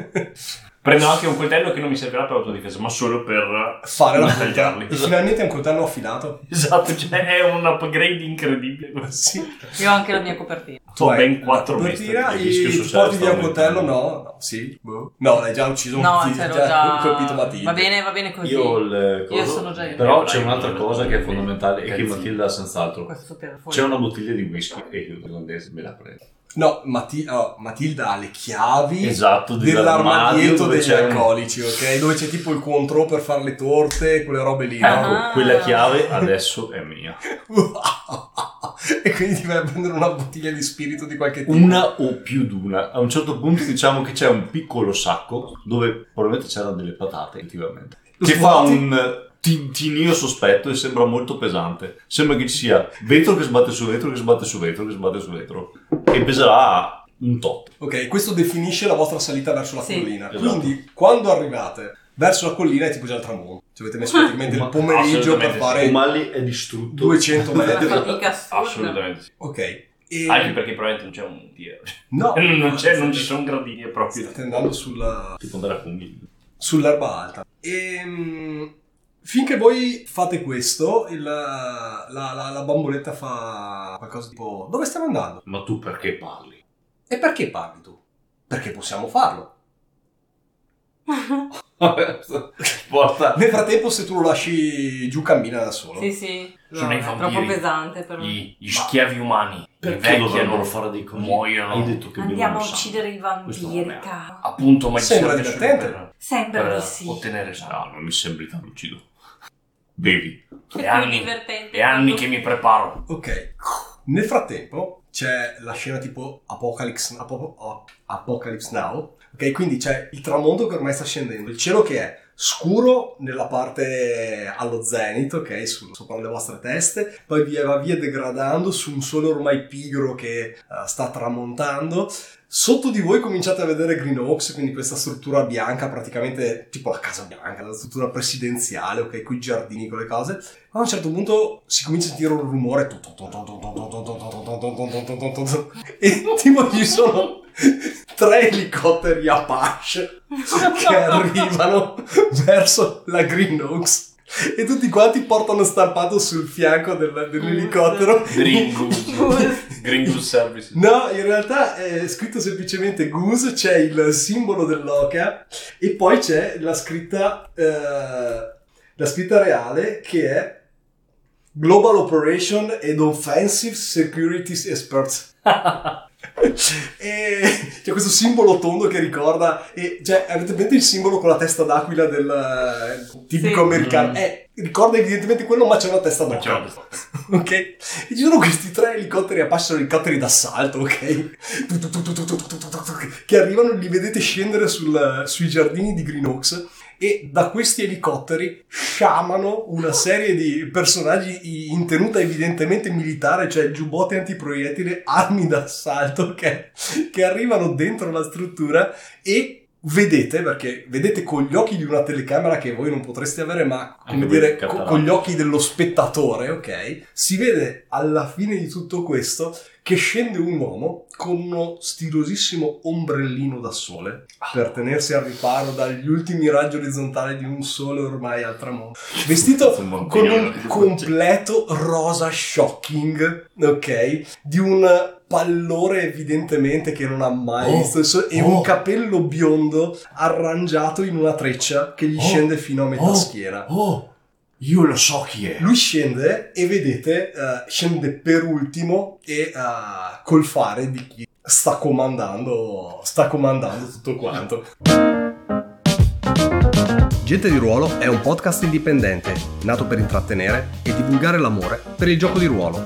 E: Prendo anche un coltello che non mi servirà per l'autodifesa, ma solo per
B: Fare la
E: tagliarli.
B: E finalmente è un coltello affilato.
E: Esatto, cioè è un upgrade incredibile.
B: Sì.
C: Io ho anche la mia copertina.
E: Ho ben quattro
B: mesi.
E: mestri.
B: Tira
D: il
B: i
D: rischio
B: ti
D: sociale
B: porti via un
D: sta
B: coltello?
D: aumentando.
B: No, no, sì. boh. No, l'hai già ucciso un
C: No,
B: ti-
C: ce l'ho
B: già
C: già.
B: colpito Matilde.
C: Va bene, va bene così.
D: Io ho il
C: Io sono già in-
D: Però
E: Eh,
D: c'è
E: dai,
D: un'altra
E: non-
D: cosa che è fondamentale e che
E: Cazzo.
D: Matilda ha senz'altro.
C: Questo telefono.
D: C'è una bottiglia di whisky e io irlandese me la prendo.
B: No, Mati- oh, Matilda ha le chiavi
D: Esatto, dell'armadio
B: dell'armadietto
D: dove
B: degli
D: c'è un-
B: alcolici, oh. ok? Dove c'è tipo il contro per fare le torte, quelle robe lì, no?
C: Ah.
D: Ecco, quella chiave adesso è mia.
B: e quindi ti vai a prendere una bottiglia di spirito di qualche tipo.
D: Una o più d'una. A un certo punto diciamo che c'è un piccolo sacco dove probabilmente c'erano delle patate, effettivamente. Che fa un tintinio sospetto e sembra molto pesante. Sembra che ci sia vetro che sbatte su vetro, che sbatte su vetro, che sbatte su vetro. E peserà un tot.
B: Ok, questo definisce la vostra salita verso la
C: Sì.
B: collina.
D: Esatto.
B: Quindi, quando arrivate verso la collina è tipo già il tramonto. Ci avete messo praticamente il pomeriggio per
E: Assolutamente sì.
B: fare
D: O'Malley è distrutto.
B: 200
C: una
B: metri.
C: fatica assurda.
E: Assolutamente sì.
B: Ok. E...
E: Anche perché probabilmente non c'è un tiro.
B: No,
E: Non, c'è, non ci sono gradini è proprio.
B: State andando sulla,
D: Tipo andare a funghi.
B: sull'erba alta. E Ehm, Finché voi fate questo, il- la, la- la bamboletta fa qualcosa tipo: Dove stiamo andando?
D: Ma tu perché parli?
B: E perché parli tu? Perché possiamo farlo.
D: Porta.
B: Nel frattempo, se tu lo lasci giù, cammina da solo.
C: Sì, sì. No,
E: Sono
C: è
E: infantili.
C: troppo pesante per me.
E: Gli, gli schiavi umani
D: Perché dovrebbero
E: invecchiano,
D: fare dei così?
E: muoiono.
D: Hai detto che
C: Andiamo a
D: bevono sangue.
C: uccidere i
D: Questo
C: vampiri,
D: non è-
C: caro.
E: appunto, ma gli
B: Sembra
E: serve solo
B: divertente.
E: per,
C: Sembra
E: per
C: di sì.
E: ottenere sangue.
D: No, non mi sembri tan lucido. Bevi.
C: È
E: È
C: più
E: anni-
C: divertente.
E: È anni che mi preparo.
B: Ok. Nel frattempo c'è la scena tipo Apocalypse, Apo- oh, Apocalypse Now. Ok, quindi c'è il tramonto che ormai sta scendendo, il cielo che è scuro nella parte allo zenith, ok, su- sopra le vostre teste, poi via, va via degradando su un sole ormai pigro che eh, sta tramontando. Sotto di voi cominciate a vedere Green Oaks, quindi questa struttura bianca, praticamente tipo la casa bianca, la struttura presidenziale, ok, con i giardini, con le cose. A un certo punto si comincia a sentire un rumore tu, tu, tu, tu, tu, tu, tu, tu, tu, tu, tu, tu, tu, tu, tu, tu, e tipo ci sono tre elicotteri Apache che arrivano verso la Green Oaks e tutti quanti portano stampato sul fianco del- dell'elicottero
D: Mm.
E: Gringus. Gringus Services.
B: No, in realtà è scritto semplicemente Goose, c'è il simbolo dell'oca e poi c'è la scritta, eh, la scritta reale che è Global Operation and Offensive Security Experts. e c'è questo simbolo tondo che ricorda, e, cioè avete presente il simbolo con la testa d'aquila del eh, tipico
C: Sì.
B: americano?
E: Mm.
B: Eh, ricorda evidentemente quello, ma c'è una testa
E: Ma
B: d'oca.
E: c'è una testa.
B: Ok? E ci sono questi tre elicotteri Apache, sono elicotteri d'assalto, ok? Tu, tu, tu, tu, tu, tu, tu, tu, tu, tu, Che arrivano, li vedete scendere sul- sui giardini di Green Oaks e da questi elicotteri sciamano una serie di personaggi in tenuta evidentemente militare, cioè giubbotti antiproiettile, armi d'assalto, ok? Che arrivano dentro la struttura e... Vedete, perché vedete con gli occhi di una telecamera che voi non potreste avere, ma come
D: Anche
B: dire,
D: voi,
B: co-
D: Català.
B: con gli occhi dello spettatore, ok? Si vede alla fine di tutto questo che scende un uomo con uno stilosissimo ombrellino da sole
D: Ah.
B: per tenersi al riparo dagli ultimi raggi orizzontali di un sole ormai al tramonto. Vestito
D: Insomma,
B: con
D: opinione.
B: un completo rosa shocking, ok? Di un pallore evidentemente che non ha mai
D: Oh,
B: visto il sole e
D: oh.
B: un capello biondo arrangiato in una treccia che gli
D: Oh,
B: scende fino a metà
D: oh,
B: schiena.
D: Oh, io lo so chi è.
B: Lui scende e vedete, eh, scende per ultimo e eh, col fare di chi sta comandando, sta comandando tutto quanto.
A: Gente di Ruolo è un podcast indipendente, nato per intrattenere e divulgare l'amore per il gioco di ruolo,